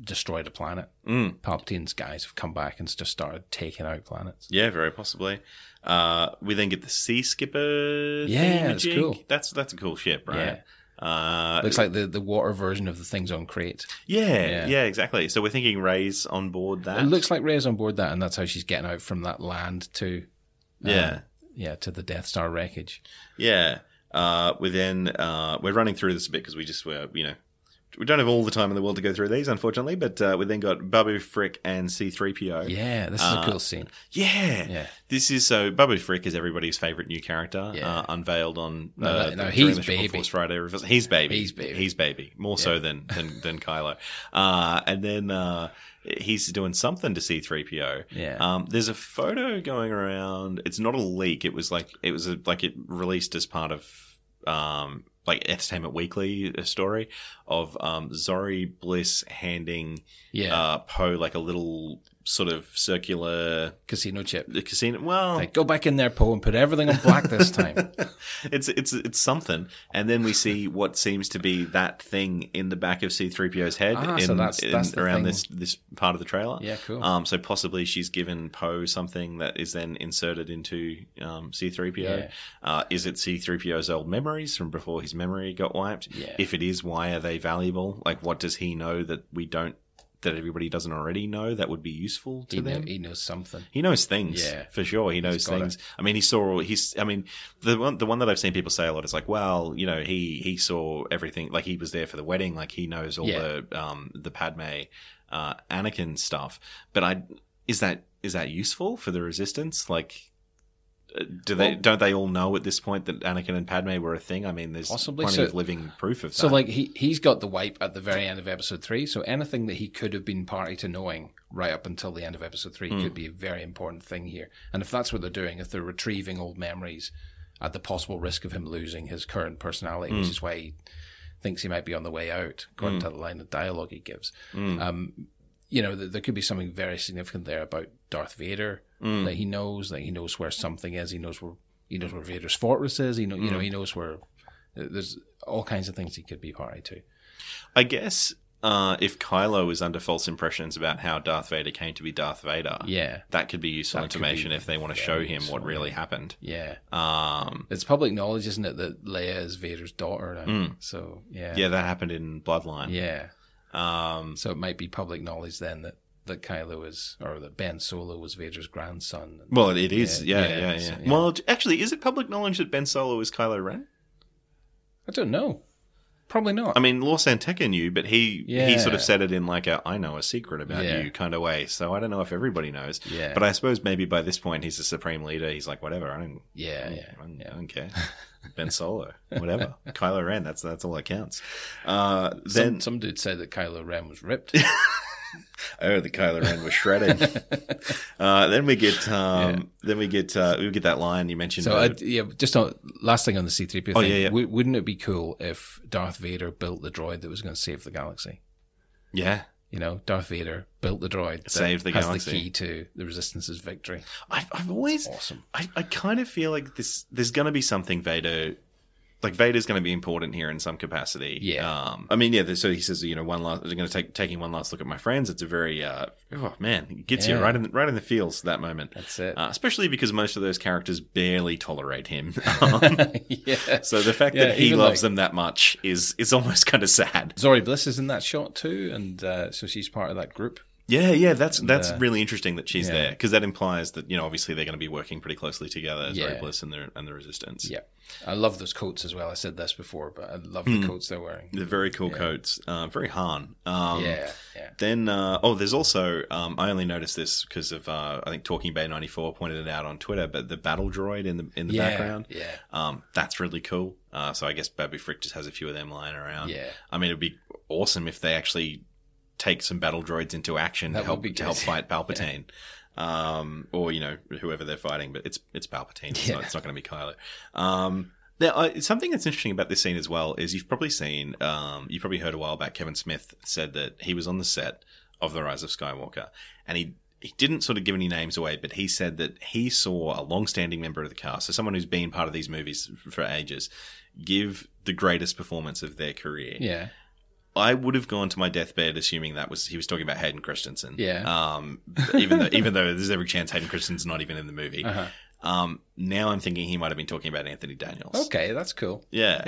S8: destroyed a planet. Mm. Palpatine's guys have come back and just started taking out planets.
S7: Yeah, very possibly. Uh, we then get the Sea Skipper.
S8: Yeah, that's
S7: thingamajig.
S8: cool.
S7: That's that's a cool ship, right? Uh,
S8: Looks like the, the water version of the things on crate.
S7: yeah, yeah,
S8: Yeah.
S7: exactly. So we're thinking Ray's on board that.
S8: It looks like Ray's on board that, and that's how she's getting out from that land to um,
S7: yeah.
S8: yeah to the Death Star wreckage.
S7: Yeah. Uh, we then uh, we're running through this a bit because we just were you know We don't have all the time in the world to go through these, unfortunately, but uh, we then got Babu Frick and C3PO.
S8: Yeah, this is a
S7: Uh,
S8: cool scene.
S7: Yeah.
S8: Yeah.
S7: This is so Babu Frick is everybody's favorite new character,
S8: Yeah.
S7: uh, unveiled on
S8: No,
S7: uh,
S8: that- no,
S7: during
S8: he's
S7: the Triple
S8: baby.
S7: Force Friday. reversal. He's baby.
S8: He's baby.
S7: He's baby. More so than than than Kylo. Uh, and then uh, he's doing something to C3PO.
S8: Yeah.
S7: Um, there's a photo going around. It's not a leak. It was like it was a, like it released as part of um like Entertainment Weekly a story of um Zori Bliss handing
S8: Yeah,
S7: uh, Poe like a little sort of circular
S8: casino chip.
S7: the casino. Well,
S8: Like, go back in there, Poe, and put everything on black this time.
S7: it's it's it's something, and then we see what seems to be that thing in the back of C three PO's head
S8: Ah,
S7: in,
S8: so that's-
S7: in-
S8: that's the
S7: around
S8: thing.
S7: this this part of the trailer.
S8: Yeah, cool.
S7: Um, so possibly she's given Poe something that is then inserted into um C three PO.
S8: Yeah.
S7: Uh, is it C three PO's old memories from before his memory got wiped?
S8: Yeah.
S7: If it is, why are they valuable? Like, what does he know that we don't? That everybody doesn't already know that would be useful to
S8: he, kno-
S7: them.
S8: he knows something.
S7: He knows things,
S8: Yeah.
S7: for sure. He knows
S8: got it.
S7: things. I mean, he saw all. He's. I mean, the one the one that I've seen people say a lot is like, well, you know, he he saw everything. Like he was there for the wedding. Like he knows all
S8: Yeah.
S7: the um the Padme, uh, Anakin stuff. But I is that is that useful for the Resistance? Like. uh, Do they
S8: Well-
S7: don't they all know at this point that Anakin and Padme were a thing? I mean, there's
S8: Possibly.
S7: plenty
S8: So-
S7: of living proof of that.
S8: So like he he's got the wipe at the very end of episode three. So anything that he could have been party to knowing right up until the end of episode three could be a very important thing here. And if that's what they're doing, if they're retrieving old memories at the possible risk of him losing his current personality, which is why he thinks he might be on the way out, according to the line of dialogue he gives. Um, you know, th- there could be something very significant there about Darth Vader that he knows, that he knows where something is, he knows where he knows where Vader's fortress is, he know, you know, he knows where there's all kinds of things he could be party to.
S7: I guess uh, if Kylo is under false impressions about how Darth Vader came to be Darth Vader,
S8: Yeah.
S7: that could be useful
S8: That could
S7: information
S8: be
S7: if they want to
S8: very
S7: show him
S8: useful,
S7: what really happened.
S8: Yeah.
S7: Um,
S8: It's public knowledge, isn't it, that Leia is Vader's daughter now. So yeah.
S7: Hmm. yeah, that happened in Bloodline.
S8: Yeah.
S7: Um,
S8: So it might be public knowledge then that, that Kylo is or that Ben Solo was Vader's grandson.
S7: well, it is.
S8: Yeah,
S7: Yeah, yeah,
S8: yeah,
S7: yeah.
S8: so, yeah.
S7: Well, actually, is it public knowledge that Ben Solo is Kylo Ren?
S8: I don't know. Probably not.
S7: I mean, Law Santeca knew, but he
S8: Yeah.
S7: he sort of said it in like a "I know a secret about
S8: Yeah.
S7: you" kind of way. So I don't know if everybody knows.
S8: Yeah.
S7: But I suppose maybe by this point he's the supreme leader. He's like, whatever. I don't.
S8: Yeah, yeah,
S7: I don't, I don't care. ben Solo, whatever. Kylo Ren. That's that's all that counts. Uh, then
S8: some, some dude said that Kylo Ren was ripped.
S7: Oh, the Kylo Ren was shredded. uh, then we get, um, then we get, uh, we get that line you mentioned.
S8: so
S7: uh,
S8: I, yeah, just on, last thing on the C three PO
S7: Oh,
S8: thing.
S7: yeah, yeah.
S8: Wou- wouldn't it be cool if Darth Vader built the droid that was going to save the galaxy?
S7: yeah,
S8: You know, Darth Vader built the droid that
S7: Saved the
S8: has
S7: galaxy.
S8: the key to the Resistance's victory.
S7: I've, I've always,
S8: Awesome.
S7: I, I kind of feel like this. There's going to be something Vader, like Vader's going to be important here in some capacity.
S8: Yeah.
S7: Um, I mean, yeah. So he says, you know, one last. I'm going to take taking one last look at my friends. It's a very, uh, oh man, it gets
S8: Yeah.
S7: you right in the, right in the feels that moment.
S8: That's it.
S7: Uh, especially because most of those characters barely tolerate him.
S8: yeah.
S7: so the fact
S8: Yeah,
S7: that he
S8: even
S7: loves
S8: like-
S7: them that much is is almost kind of sad.
S8: Zori Bliss is in that shot too, and uh, so she's part of that group.
S7: Yeah, yeah, that's that's really interesting that she's
S8: uh, yeah.
S7: there 'cause there because that implies that you know obviously they're going to be working pretty closely together, Zori
S8: Yeah.
S7: Bliss and the and the Resistance.
S8: Yeah, I love those coats as well. I said this before, but I love
S7: Hmm.
S8: the coats they're wearing.
S7: they're very cool coats, uh, very Han. Um,
S8: yeah, yeah.
S7: Then uh, oh, there's also um, I only noticed this because of uh, I think Talking Bay ninety four pointed it out on Twitter, but the battle droid in the in the
S8: Yeah,
S7: background,
S8: yeah.
S7: um, that's really cool. Uh, so I guess Babu Frick just has a few of them lying around.
S8: Yeah.
S7: I mean it'd be awesome if they actually take some battle droids into action
S8: That
S7: to
S8: would
S7: help
S8: be
S7: to help
S8: good.
S7: fight Palpatine. Um, or you know whoever they're fighting, but it's it's Palpatine. It's
S8: Yeah.
S7: not, it's not going to be Kylo. Um, now, I, something that's interesting about this scene as well is you've probably seen, um, you probably heard a while back. Kevin Smith said that he was on the set of The Rise of Skywalker, and he he didn't sort of give any names away, but he said that he saw a long-standing member of the cast, so someone who's been part of these movies for ages, give the greatest performance of their career.
S8: Yeah,
S7: I would have gone to my deathbed assuming that was he was talking about Hayden Christensen.
S8: Yeah.
S7: Um, even though even though there's every chance Hayden Christensen's not even in the movie.
S8: Uh-huh.
S7: Um, now I'm thinking he might have been talking about Anthony Daniels.
S8: Okay, that's cool.
S7: Yeah.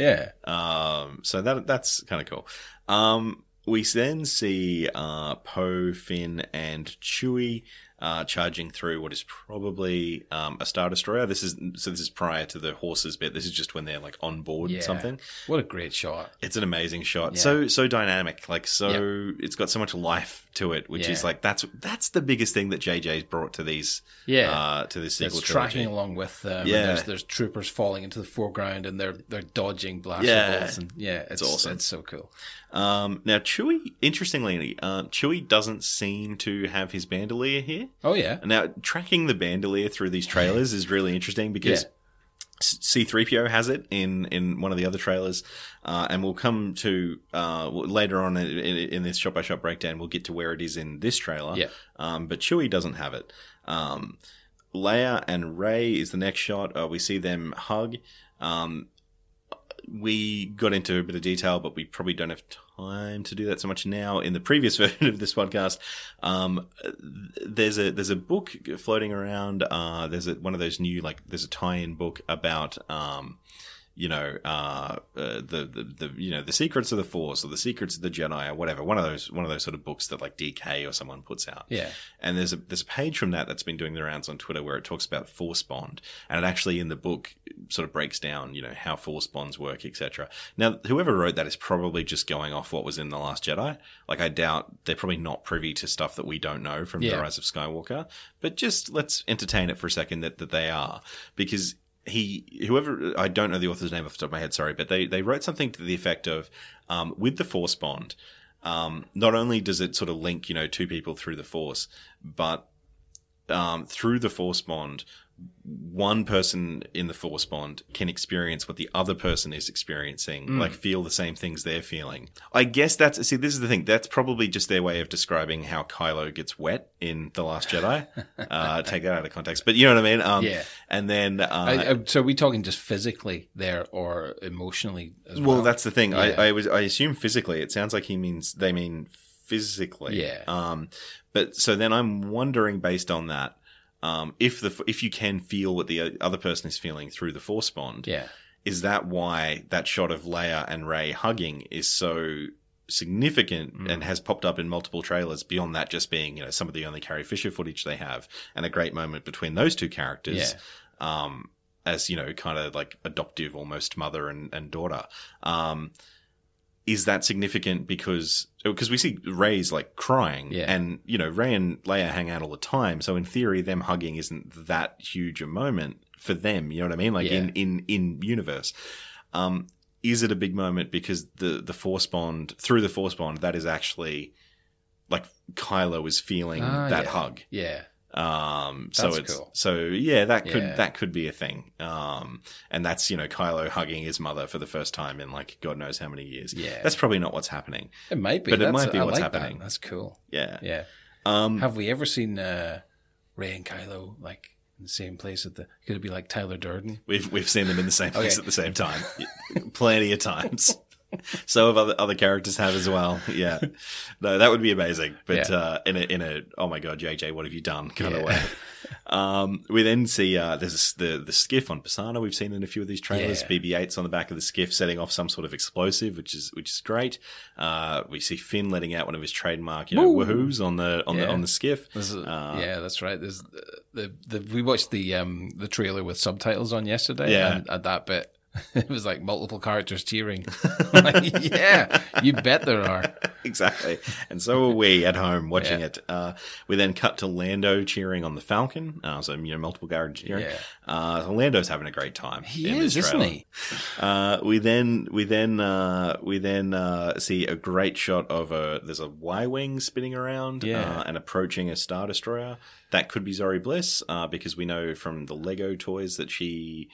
S8: Yeah.
S7: Um, so that that's kind of cool. Um, we then see uh, Poe, Finn, and Chewie uh, charging through what is probably um, a star destroyer. This is so this is prior to the horses bit. This is just when they're like on board
S8: Yeah.
S7: something.
S8: What a great shot.
S7: It's an amazing shot. So so dynamic. Like so it's got so much life to it, which is
S8: Yeah.
S7: like that's that's the biggest thing that JJ's brought to these
S8: Yeah.
S7: uh, to this sequel
S8: It's
S7: trilogy.
S8: tracking along with them. and
S7: Yeah.
S8: there's, there's troopers falling into the foreground and they're they're dodging blaster
S7: Yeah.
S8: bolts and yeah, it's,
S7: awesome.
S8: It's so cool.
S7: Um, now Chewie, interestingly, um, Chewie doesn't seem to have his bandolier here.
S8: Oh yeah,
S7: Now tracking the bandolier through these trailers is really interesting because
S8: Yeah.
S7: C three PO has it in in one of the other trailers, uh, and we'll come to uh, well, later on in, in, in this shot by shot breakdown. We'll get to where it is in this trailer.
S8: Yeah.
S7: Um, but Chewie doesn't have it. Um, Leia and Ray is the next shot. Uh, we see them hug. Um, we got into a bit of detail, but we probably don't have time to do that so much now. In the previous version of this podcast, um, th- there's a there's a book floating around. Uh, there's a, one of those new like there's a tie-in book about. Um, you know, uh, uh, the, the the you know the secrets of the Force or the secrets of the Jedi or whatever. One of those one of those sort of books that like DK or someone puts out.
S8: Yeah.
S7: And there's a there's a page from that that's been doing the rounds on Twitter where it talks about force bond, and it actually in the book sort of breaks down you know how force bonds work, etc. Now, whoever wrote that is probably just going off what was in the Last Jedi. Like, I doubt they're probably not privy to stuff that we don't know from
S8: Yeah.
S7: the Rise of Skywalker. But just let's entertain it for a second that that they are because. He, whoever, I don't know the author's name off the top of my head, sorry, but they, they wrote something to the effect of, um, with the force bond, um, not only does it sort of link, you know, two people through the force, but um, through the force bond, one person in the force bond can experience what the other person is experiencing,
S8: Mm.
S7: like feel the same things they're feeling. I guess that's see, this is the thing. That's probably just their way of describing how Kylo gets wet in the Last Jedi. uh, take that out of context, but you know what I mean. Um,
S8: Yeah.
S7: And then, uh,
S8: I, I, so are we talking just physically there or emotionally as well?
S7: well, that's the thing.
S8: Yeah.
S7: I, I was I assume physically. It sounds like he means they mean physically.
S8: Yeah.
S7: Um, but so then I'm wondering based on that, um, if the if you can feel what the other person is feeling through the force bond,
S8: yeah,
S7: is that why that shot of Leia and Ray hugging is so significant
S8: Mm.
S7: and has popped up in multiple trailers beyond that just being you know some of the only Carrie Fisher footage they have and a great moment between those two characters um as you know kind of like adoptive almost mother and, and daughter um is that significant because because we see Ray's like crying
S8: Yeah.
S7: and you know Ray and Leia hang out all the time so in theory them hugging isn't that huge a moment for them you know what I mean like in in in universe um is it a big moment because the the force bond through the force bond that is actually like Kylo is feeling
S8: Ah,
S7: that
S8: yeah.
S7: hug
S8: yeah,
S7: um, so
S8: That's
S7: it's
S8: cool.
S7: so yeah, that could
S8: Yeah.
S7: that could be a thing. Um, and that's you know Kylo hugging his mother for the first time in like God knows how many years.
S8: Yeah.
S7: that's probably not what's happening.
S8: it might be.
S7: But it
S8: That's-
S7: might be
S8: I
S7: what's
S8: like that.
S7: happening.
S8: That's cool.
S7: Yeah,
S8: Yeah.
S7: Um,
S8: Have we ever seen uh, Ray and Kylo like in the same place at the? Could it be like Tyler Durden?
S7: we've we've seen them in the same place
S8: Okay.
S7: at the same time, Yeah. plenty of times. so have other other characters have as well. Yeah, no, that would be amazing. But
S8: Yeah.
S7: uh, in a in a oh my god, JJ, what have you done kind
S8: Yeah.
S7: of way. Um, we then see uh, there's the the skiff on Pisana. We've seen in a few of these trailers.
S8: Yeah.
S7: BB-8's on the back of the skiff, setting off some sort of explosive, which is which is great. Uh, we see Finn letting out one of his trademark, you know, woohoo's on the on the
S8: Yeah.
S7: on the skiff.
S8: This is-
S7: Uh,
S8: yeah, that's right. There's uh, the, the the we watched the um the trailer with subtitles on yesterday.
S7: Yeah.
S8: and at that bit, it was like multiple characters cheering. Like, yeah, you bet there are.
S7: exactly. And so were we at home watching
S8: Yeah.
S7: it. Uh, we then cut to Lando cheering on the Falcon. Uh, so, you know, multiple garage cheering.
S8: Yeah.
S7: Uh, so Lando's having a great time.
S8: He
S7: in
S8: is,
S7: this
S8: isn't
S7: trailer.
S8: he?
S7: Uh, we then, we then, uh, we then, uh, see a great shot of a, there's a Y-Wing spinning around,
S8: Yeah.
S7: uh, and approaching a Star Destroyer. That could be Zori Bliss, uh, because we know from the Lego toys that she,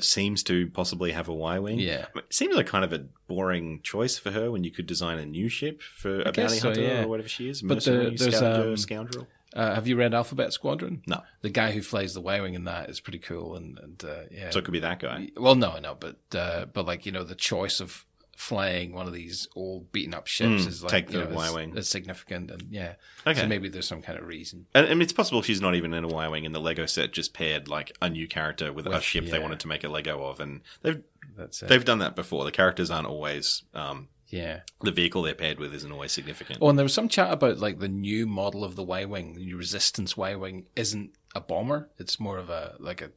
S7: Seems to possibly have a Y wing.
S8: Yeah.
S7: it seems like kind of a boring choice for her when you could design a new ship for a bounty
S8: guess so,
S7: hunter
S8: yeah.
S7: or whatever she is.
S8: But the-
S7: Mercenary,
S8: there's,
S7: scavenger,
S8: um,
S7: scoundrel.
S8: Uh, have you read Alphabet Squadron?
S7: No.
S8: The guy who flies the Y wing in that is pretty cool, and and uh, yeah.
S7: So it could be that guy.
S8: well, no, no, but uh, but like you know, the choice of flying one of these old beaten up ships
S7: Mm,
S8: is like
S7: take
S8: you
S7: the
S8: know, it's-
S7: Y-wing.
S8: It's significant, and yeah.
S7: Okay.
S8: So maybe there's some kind of reason.
S7: And, and it's possible she's not even in a Y wing, and the Lego set just paired like a new character with, a
S8: With-
S7: ship
S8: yeah.
S7: they wanted to make a Lego of, and they've
S8: That's it.
S7: they've done that before. The characters aren't always um,
S8: Yeah.
S7: The vehicle they're paired with isn't always significant.
S8: Oh, and there was some chat about like the new model of the Y wing, the new Resistance Y wing, isn't a bomber. It's more of a like a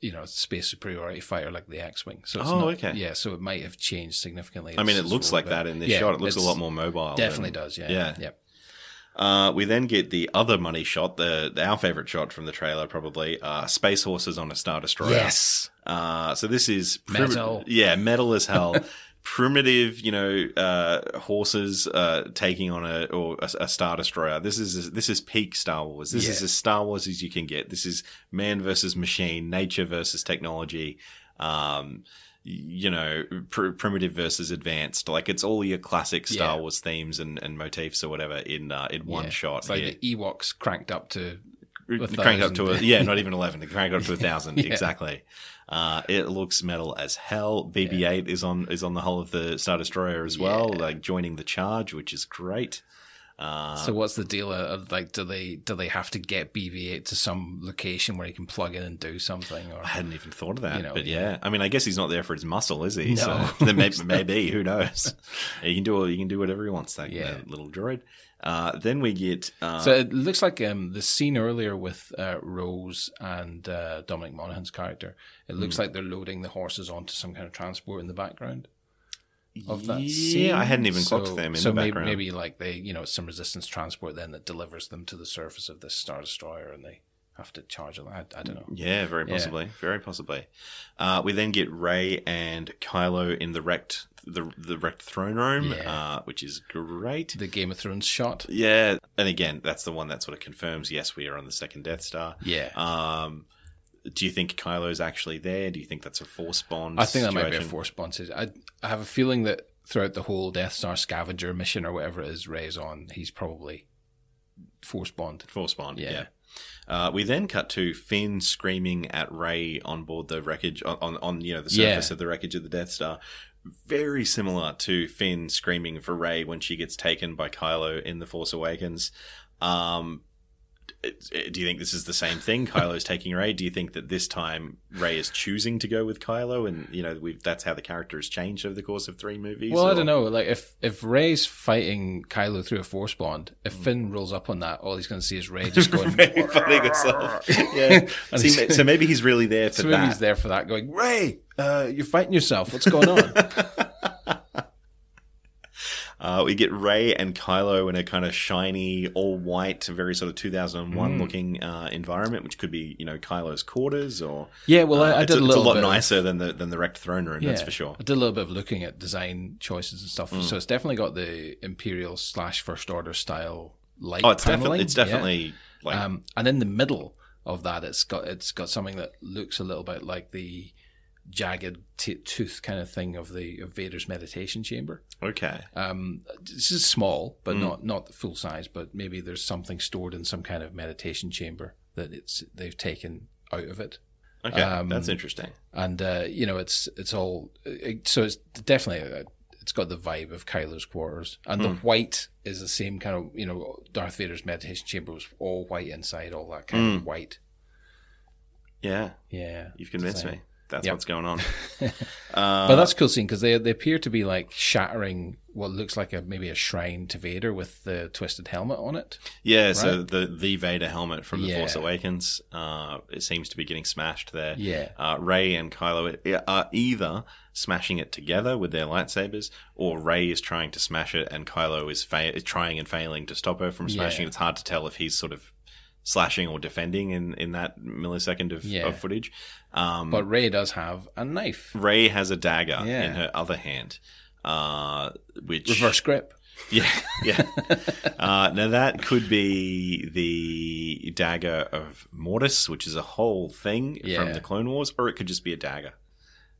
S8: you know space superiority fighter like the X wing. So it's
S7: Oh,
S8: not-
S7: okay.
S8: Yeah, so it might have changed significantly.
S7: I mean,
S8: It's
S7: it looks
S8: sort
S7: like
S8: of
S7: that in this
S8: yeah,
S7: shot. It looks a
S8: it's-
S7: lot more mobile.
S8: Definitely
S7: than-
S8: does. Yeah.
S7: Yeah.
S8: Yep.
S7: Uh, we then get the other money shot, the, the our favorite shot from the trailer, probably uh, space horses on a star destroyer.
S8: Yes.
S7: Uh, so this is prim-
S8: Metal.
S7: Yeah, metal as hell. Primitive, you know, uh, horses uh, taking on a or a, a star destroyer. This is this is peak Star Wars. This is
S8: Yeah.
S7: as Star Wars as you can get. This is man versus machine, nature versus technology. Um, you know, pr- primitive versus advanced. Like it's all your classic Star
S8: Yeah.
S7: Wars themes and, and motifs or whatever in uh, in one
S8: Yeah.
S7: shot.
S8: It's like
S7: here
S8: the E Ewoks cranked up to a
S7: cranked up to a
S8: thousand.
S7: yeah, not even eleven. It cranked up to a thousand
S8: Yeah.
S7: exactly. Uh, it looks metal as hell. BB-8 is on is on the hull of the Star Destroyer as well, like joining the charge, which is great.
S8: So what's the deal? uh, Of, like, do they do they have to get BB-8 to some location where he can plug in and do something? Or
S7: I hadn't even thought of that,
S8: You know,
S7: but yeah.
S8: yeah.
S7: I mean, I guess he's not there for his muscle, is he?
S8: No.
S7: So then maybe, maybe who knows? he can do all, he can do whatever he wants. That
S8: Yeah.
S7: that little droid. Uh, then we get uh,
S8: so it looks like um, the scene earlier with uh, Rose and uh, Dominic Monaghan's character. It looks
S7: Hmm.
S8: like they're loading the horses onto some kind of transport in the background of that
S7: yeah,
S8: scene.
S7: I hadn't even
S8: so,
S7: clocked them in
S8: so
S7: the
S8: may-
S7: background.
S8: Maybe, like they, you know, it's some resistance transport then that delivers them to the surface of this star destroyer, and they have to charge it. I, I don't know.
S7: Yeah, very
S8: Yeah.
S7: possibly, very possibly. Uh, we then get Ray and Kylo in the wrecked the the wrecked throne room,
S8: Yeah.
S7: uh, which is great.
S8: The Game of Thrones shot.
S7: yeah, and again, that's the one that sort of confirms yes, we are on the second Death Star.
S8: Yeah.
S7: Um, do you think Kylo's actually there? Do you think that's a force bond?
S8: I think that might be a
S7: situation?
S8: force bond. situation. I, I have a feeling that throughout the whole Death Star scavenger mission or whatever it is Ray's on, he's probably force bond.
S7: Force bond. Yeah.
S8: Yeah.
S7: Uh, we then cut to Finn screaming at Ray on board the wreckage on, on, on you know the
S8: Yeah.
S7: surface of the wreckage of the Death Star. Very similar to Finn screaming for Ray when she gets taken by Kylo in the Force Awakens. Um, it- it- do you think this is the same thing? Kylo's taking Ray. Do you think that this time Ray is choosing to go with Kylo, and you know we've, that's how the character has changed over the course of three movies?
S8: Well, I
S7: or-
S8: don't know. Like if if Ray's fighting Kylo through a force bond, if
S7: Mm.
S8: Finn rolls up on that, all he's going to see is Ray just going.
S7: Maybe fighting himself. Yeah.
S8: And
S7: See,
S8: he's-
S7: so maybe he's really there for
S8: so maybe
S7: that.
S8: he's there for that, going Ray, uh, you're fighting yourself. What's going on?
S7: Uh, we get Ray and Kylo in a kind of shiny, all white, very sort of 2001
S8: Mm.
S7: looking uh, environment, which could be, you know, Kylo's quarters or.
S8: yeah, well, I, I
S7: Uh,
S8: did
S7: it's,
S8: a
S7: it's
S8: little
S7: lot
S8: bit of-
S7: nicer than the than the wrecked throne room, that's for sure. Mm.
S8: I did a little bit of looking at design choices and stuff. So it's definitely got the Imperial slash First Order style light.
S7: Oh, it's
S8: paneling.
S7: definitely it's
S8: Yeah.
S7: definitely like
S8: Um, and in the middle of that, it's got it's got something that looks a little bit like the jagged t- tooth kind of thing of the of Vader's meditation chamber.
S7: okay,
S8: Um, this is small,
S7: Mm.
S8: but not not the full size. But maybe there's something stored in some kind of meditation chamber that it's they've taken out of it.
S7: okay,
S8: um,
S7: that's interesting.
S8: And uh, you know, it's it's all it, so it's definitely. uh it's got the vibe of Kylo's quarters, and
S7: Hmm.
S8: the white is the same kind of you know Darth Vader's meditation chamber was all white inside, all that kind of white
S7: Yeah,
S8: yeah,
S7: Hmm. you've convinced
S8: Same.
S7: me. Uh, That's
S8: Yep.
S7: what's going on.
S8: but that's a cool scene because they they appear to be like shattering what looks like a maybe a shrine to Vader with the twisted helmet on it.
S7: Yeah, so the the Vader helmet from the Force
S8: Yeah.
S7: Awakens, uh, it seems to be getting smashed there.
S8: Yeah.
S7: uh, Ray and Kylo i- are either smashing it together with their lightsabers, or Ray is trying to smash it, and Kylo is fa- is trying and failing to stop her from smashing
S8: Yeah.
S7: it. It's hard to tell if he's sort of slashing or defending in, in that millisecond of,
S8: Yeah.
S7: of footage. Um,
S8: But Ray does have a knife,
S7: Ray has a dagger
S8: Yeah.
S7: in her other hand, uh, which
S8: reverse grip.
S7: yeah, yeah. Uh, now that could be the dagger of Mortis, which is a whole thing from
S8: Yeah.
S7: the Clone Wars, or it could just be a dagger.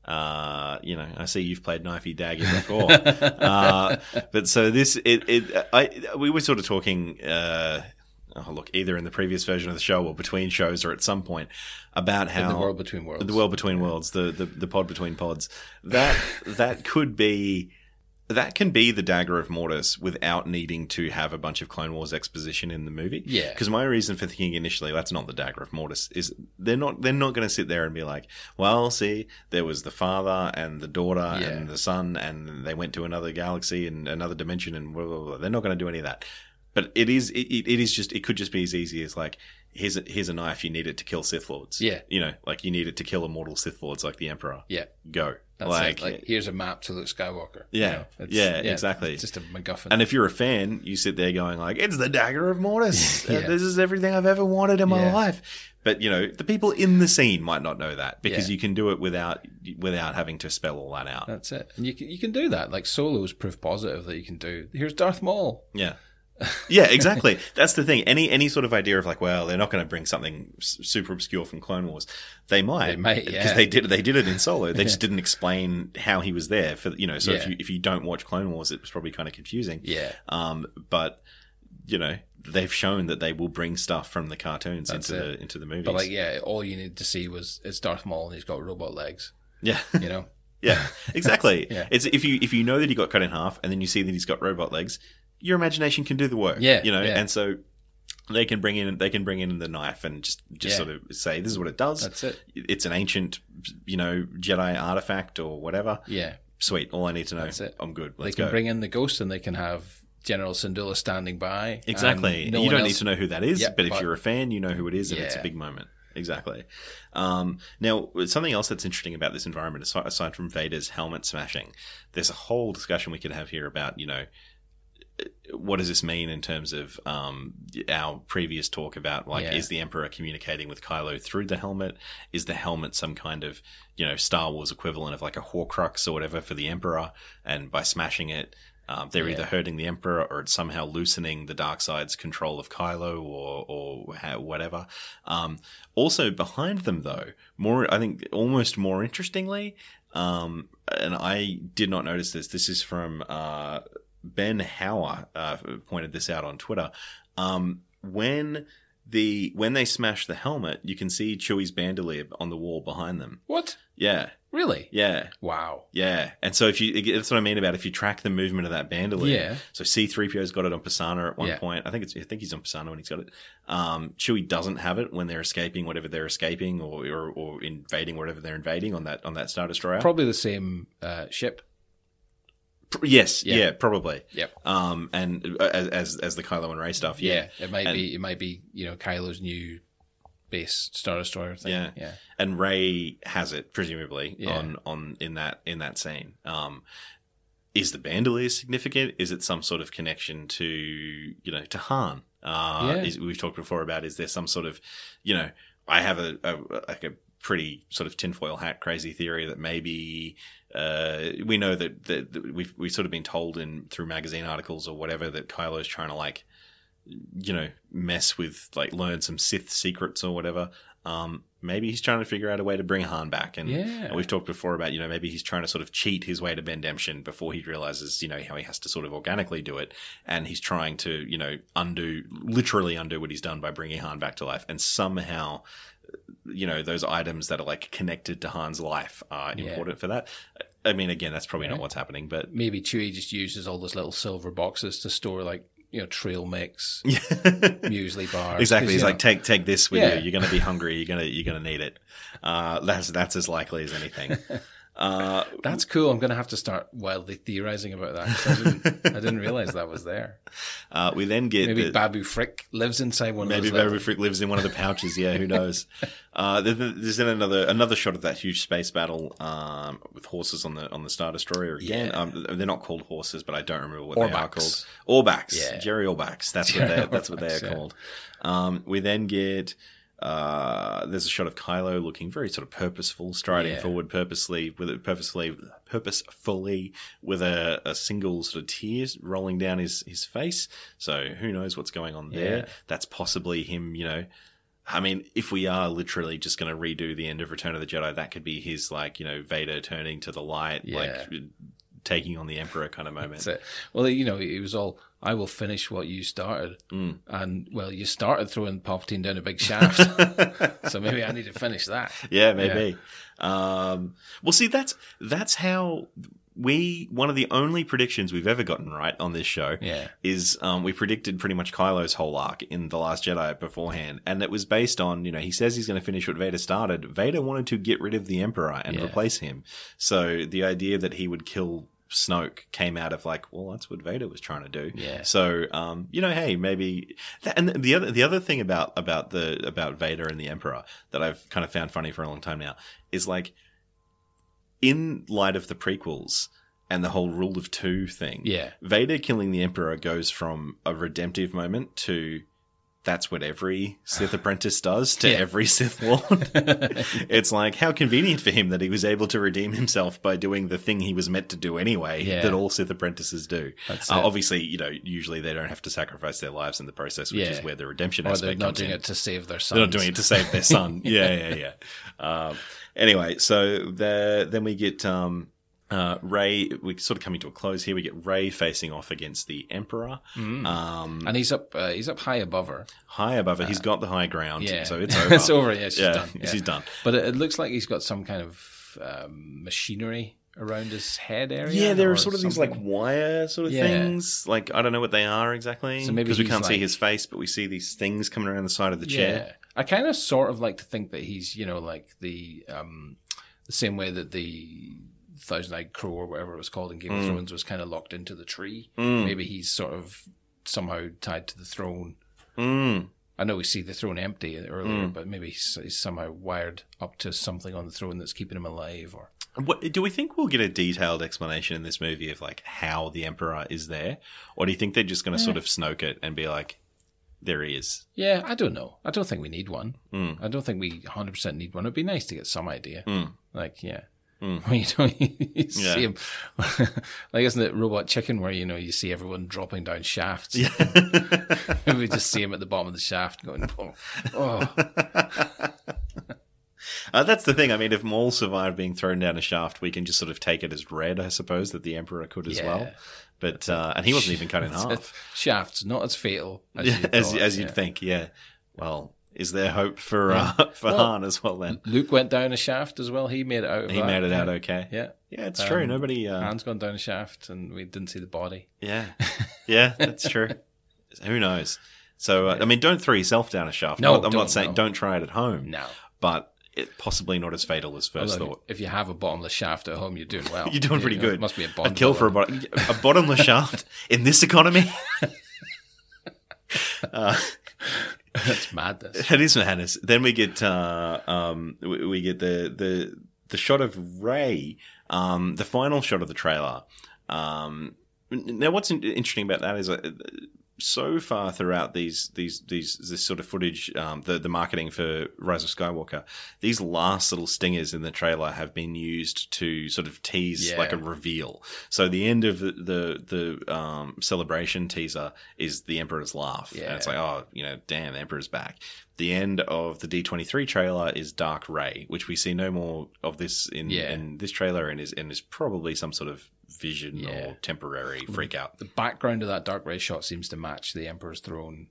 S7: Uh, you know, I see you've played knifey dagger before, uh, but so this it, it I we were sort of talking. Uh, oh, look, either in the previous version of the show or between shows or at some point about how
S8: the world between worlds.
S7: the world between worlds, the the, the pod between pods. That that could be that can be the dagger of Mortis without needing to have a bunch of Clone Wars exposition in the movie.
S8: Yeah.
S7: Because my reason for thinking initially that's not the dagger of Mortis is they're not they're not going to sit there and be like, well, see, there was the father and the daughter
S8: Yeah.
S7: and the son and they went to another galaxy and another dimension and blah blah blah. They're not going to do any of that. But it is it, it it is just it could just be as easy as like here's a, here's a knife you need it to kill Sith lords.
S8: Yeah.
S7: You know, like you need it to kill immortal Sith lords like the Emperor.
S8: Yeah.
S7: Go.
S8: That's like, like here's a map to Luke Skywalker. you
S7: Yeah.
S8: know, it's-
S7: Yeah, exactly.
S8: It's just a MacGuffin.
S7: And if you're a fan, you sit there going like, "It's the dagger of Mortis. Uh,
S8: Yeah.
S7: This is everything I've ever wanted in my
S8: Yeah.
S7: life." But you know, the people in the scene might not know that because
S8: Yeah.
S7: you can do it without without having to spell all that out.
S8: That's it. And you can, you can do that. Like Solo's proof positive that you can do. Here's Darth Maul.
S7: yeah. yeah, exactly. That's the thing. Any any sort of idea of like, well, they're not going to bring something s- super obscure from Clone Wars. They might,
S8: They might, yeah.
S7: because they did they did it in Solo. They just didn't explain how he was there for you know. So if
S8: Yeah.
S7: you if you don't watch Clone Wars, it was probably kind of confusing.
S8: Yeah.
S7: Um, but you know, they've shown that they will bring stuff from the cartoons
S8: That's
S7: into
S8: it.
S7: the into the movies.
S8: But like, yeah, all you need to see was it's Darth Maul and he's got robot legs.
S7: yeah,
S8: You know,
S7: yeah, exactly.
S8: Yeah.
S7: It's if you if you know that he got cut in half, and then you see that he's got robot legs, your imagination can do the work.
S8: Yeah,
S7: you know,
S8: yeah.
S7: and so. They can bring in they can bring in the knife and just, just
S8: Yeah.
S7: sort of say this is what it does.
S8: That's it.
S7: It's an ancient, you know, Jedi artifact or whatever.
S8: yeah.
S7: Sweet. All I need to know.
S8: That's it.
S7: I'm good.
S8: they
S7: Let's
S8: can
S7: go.
S8: bring in the ghost and they can have General Syndulla standing by.
S7: Exactly.
S8: and Um, no
S7: you
S8: one
S7: don't
S8: else-
S7: need to know who that is,
S8: Yeah,
S7: but if
S8: but-
S7: you're a fan, you know who it is, and it's a
S8: Yeah.
S7: big moment. Exactly. Um, now, something else that's interesting about this environment, aside, aside from Vader's helmet smashing, there's a whole discussion we could have here about, you know, what does this mean in terms of um, our previous talk about like
S8: Yeah.
S7: is the emperor communicating with Kylo through the helmet? Is the helmet some kind of you know Star Wars equivalent of like a Horcrux or whatever for the emperor? And by smashing it, um, they're either hurting the emperor or it's somehow loosening the dark side's control of Kylo or or ha- whatever. Um, also behind them though, more I think almost more interestingly. Um, and I did not notice this. This is from uh, Ben Hauer uh, pointed this out on Twitter. Um, when the when they smash the helmet, you can see Chewie's bandolier on the wall behind them.
S8: What?
S7: Yeah,
S8: Really?
S7: yeah,
S8: Wow.
S7: yeah. And so if you that's what I mean about if you track the movement of that bandolier.
S8: Yeah.
S7: So C three PO's got it on Pisana at one
S8: Yeah.
S7: point. I think it's I think he's on Pisana when he's got it. Um, Chewie doesn't have it when they're escaping whatever they're escaping or or, or invading whatever they're invading on that on that Star Destroyer.
S8: Probably the same uh, ship.
S7: Pr- yes,
S8: Yeah.
S7: yeah, probably.
S8: Yep.
S7: Um, and uh, as as, as the Kylo and Ray stuff.
S8: Yeah. It might
S7: And-
S8: be. It might be. You know, Kylo's new base Star Destroyer thing.
S7: Yeah.
S8: Yeah.
S7: and Ray has it presumably
S8: Yeah.
S7: on on in that in that scene. Um, is the bandolier significant? Is it some sort of connection to you know to Han? Uh,
S8: Yeah.
S7: is, we've talked before about is there some sort of you know I have a, a like a pretty sort of tinfoil hat crazy theory that maybe uh, we know that, that, that we've we've sort of been told in through magazine articles or whatever that Kylo's trying to like you know, mess with like learn some Sith secrets or whatever. Um, maybe he's trying to figure out a way to bring Han back, and,
S8: Yeah.
S7: and we've talked before about you know maybe he's trying to sort of cheat his way to Bendemption before he realizes you know how he has to sort of organically do it, and he's trying to you know undo literally undo what he's done by bringing Han back to life, and somehow you know those items that are like connected to Han's life are
S8: Yeah.
S7: important for that. I mean, again, that's probably not
S8: Right.
S7: what's happening, but
S8: Maybe Chewie just uses all those little silver boxes to store like you know trail mix, muesli bars.
S7: Exactly.
S8: 'cause,
S7: He's
S8: you
S7: like,
S8: know,
S7: take take this with
S8: Yeah.
S7: you. You're gonna be hungry. You're gonna you're gonna need it. Uh, that's that's as likely as anything. Uh,
S8: That's cool. I'm going to have to start wildly theorizing about that. 'cause I didn't, I didn't realize that was there.
S7: uh, we then get
S8: Maybe
S7: the-
S8: Babu Frick lives inside one
S7: Maybe
S8: of those. uh,
S7: Babu
S8: little-
S7: Frick lives in one of the pouches. Yeah, who knows? uh, there- there- there's then another another shot of that huge space battle um, with horses on the on the Star Destroyer again.
S8: Yeah.
S7: Um, they're not called horses, but I don't remember what they are
S8: Orbaks.
S7: called. Orbaks.
S8: Yeah.
S7: Jerry Orbaks. That's
S8: Jerry
S7: what they that's what they
S8: Orbaks,
S7: are
S8: yeah.
S7: called. Um, we then get. Uh, there's a shot of Kylo looking very sort of purposeful, striding
S8: Yeah.
S7: forward purposely with it purposefully, purposefully with a, a single sort of tear rolling down his, his face. So who knows what's going on there?
S8: Yeah.
S7: That's possibly him, you know. I mean, if we are literally just going to redo the end of Return of the Jedi, that could be his, like, you know, Vader turning to the light,
S8: Yeah.
S7: like taking on the Emperor kind of moment.
S8: That's it. Well, you know, it was all, I will finish what you started.
S7: Mm.
S8: And, well, you started throwing Palpatine down a big shaft. so maybe I need to finish that.
S7: Yeah, maybe. Um, well, see, that's that's how we one of the only predictions we've ever gotten right on this show
S8: Yeah.
S7: is um, we predicted pretty much Kylo's whole arc in The Last Jedi beforehand, and it was based on you know he says he's going to finish what Vader started. Vader wanted to get rid of the Emperor and
S8: Yeah.
S7: replace him, so the idea that he would kill Snoke came out of like, well, that's what Vader was trying to do.
S8: Yeah.
S7: So, um, you know, hey, maybe. That, and the other the other thing about about the about Vader and the Emperor that I've kind of found funny for a long time now is like in light of the prequels and the whole rule of two thing,
S8: Yeah.
S7: Vader killing the Emperor goes from a redemptive moment to that's what every Sith apprentice does to
S8: Yeah.
S7: every Sith Lord. it's like how convenient for him that he was able to redeem himself by doing the thing he was meant to do anyway
S8: Yeah.
S7: that all Sith apprentices do.
S8: That's
S7: Uh,
S8: it.
S7: obviously, you know, usually they don't have to sacrifice their lives in the process, which
S8: Yeah.
S7: is where the redemption
S8: Or they're
S7: aspect
S8: not
S7: comes
S8: doing
S7: in.
S8: it to save their son.
S7: They're not doing it to save their son. yeah, yeah, yeah. Um, anyway, so the, then we get um, uh, Ray. We're sort of coming to a close here. We get Ray facing off against the Emperor.
S8: Mm-hmm.
S7: Um,
S8: And he's up. Uh, he's up high above her.
S7: high above her, he's got the high ground.
S8: Uh, Yeah.
S7: so it's over.
S8: It's over, yeah, she's done, yeah.
S7: she's done.
S8: But it, it looks like he's got some kind of um, machinery around his head area.
S7: Yeah, there
S8: or
S7: are sort of these like
S8: something.
S7: wire sort of
S8: Yeah.
S7: things. Like I don't know what they are exactly.
S8: So maybe
S7: because we
S8: he's
S7: can't see
S8: like-
S7: his face, but we see these things coming around the side of the chair.
S8: I kind of sort of like to think that he's, you know, like the um, the same way that the Thousand Eyed Crow or whatever it was called in Game
S7: Mm.
S8: of Thrones was kind of locked into the tree. Maybe he's sort of somehow tied to the throne.
S7: Mm.
S8: I know we see the throne empty earlier, but maybe he's, he's somehow wired up to something on the throne that's keeping him alive. Or
S7: What, do we think we'll get a detailed explanation in this movie of like how the emperor is there, or do you think they're just going to sort of snoke it and be like, "There he is."
S8: yeah, I don't know. I don't think we need one.
S7: Mm.
S8: I don't think we hundred percent need one. It'd be nice to get some idea. Like, yeah. When you don't you see
S7: Mm. Yeah.
S8: him, like isn't it Robot Chicken where you know you see everyone dropping down shafts? Yeah, we just see him at the bottom of the shaft going, oh, oh.
S7: Uh, that's the thing. I mean, if Maul survived being thrown down a shaft, we can just sort of take it as read, I suppose, that the Emperor could as
S8: Yeah.
S7: well. But uh, and he wasn't even cut in half,
S8: shafts not as fatal as
S7: Yeah,
S8: you
S7: as
S8: thought,
S7: as you'd
S8: yeah.
S7: think. Yeah. Well, is there hope for uh, for Han as well? Then
S8: Luke went down a shaft as well. He made it out. Of
S7: he
S8: that.
S7: made it out okay.
S8: Yeah. Um,
S7: Yeah, it's true. Nobody. Uh,
S8: Han's gone down a shaft, and we didn't see the body.
S7: yeah. Yeah, that's true. Who knows? So uh, I mean, don't throw yourself down a shaft.
S8: No,
S7: I'm not
S8: don't,
S7: saying
S8: no.
S7: don't try it at home.
S8: No.
S7: but it, possibly not as fatal as first
S8: Although,
S7: thought.
S8: if you have a bottomless shaft at home, you're doing well.
S7: You're doing pretty
S8: You know,
S7: good.
S8: Must be a,
S7: a kill for a,
S8: bottom.
S7: bot- a bottomless shaft in this economy. Uh,
S8: That's madness.
S7: It is madness. Then we get uh, um, we, we get the the the shot of Ray, um, the final shot of the trailer. Um, n- now, what's in- interesting about that is. Uh, so far throughout these these these this sort of footage, um, the the marketing for Rise of Skywalker, these last little stingers in the trailer have been used to sort of tease
S8: Yeah.
S7: like a reveal. So the end of the the, the um, celebration teaser is the Emperor's laugh, and it's
S8: Yeah.
S7: like oh you know damn the Emperor's back. The end of the D twenty three trailer is Dark Ray, which we see no more of this in,
S8: Yeah.
S7: in this trailer, and is and is probably some sort of vision
S8: Yeah. Mm-hmm.
S7: or temporary freak out.
S8: The background of that dark ray shot seems to match the Emperor's throne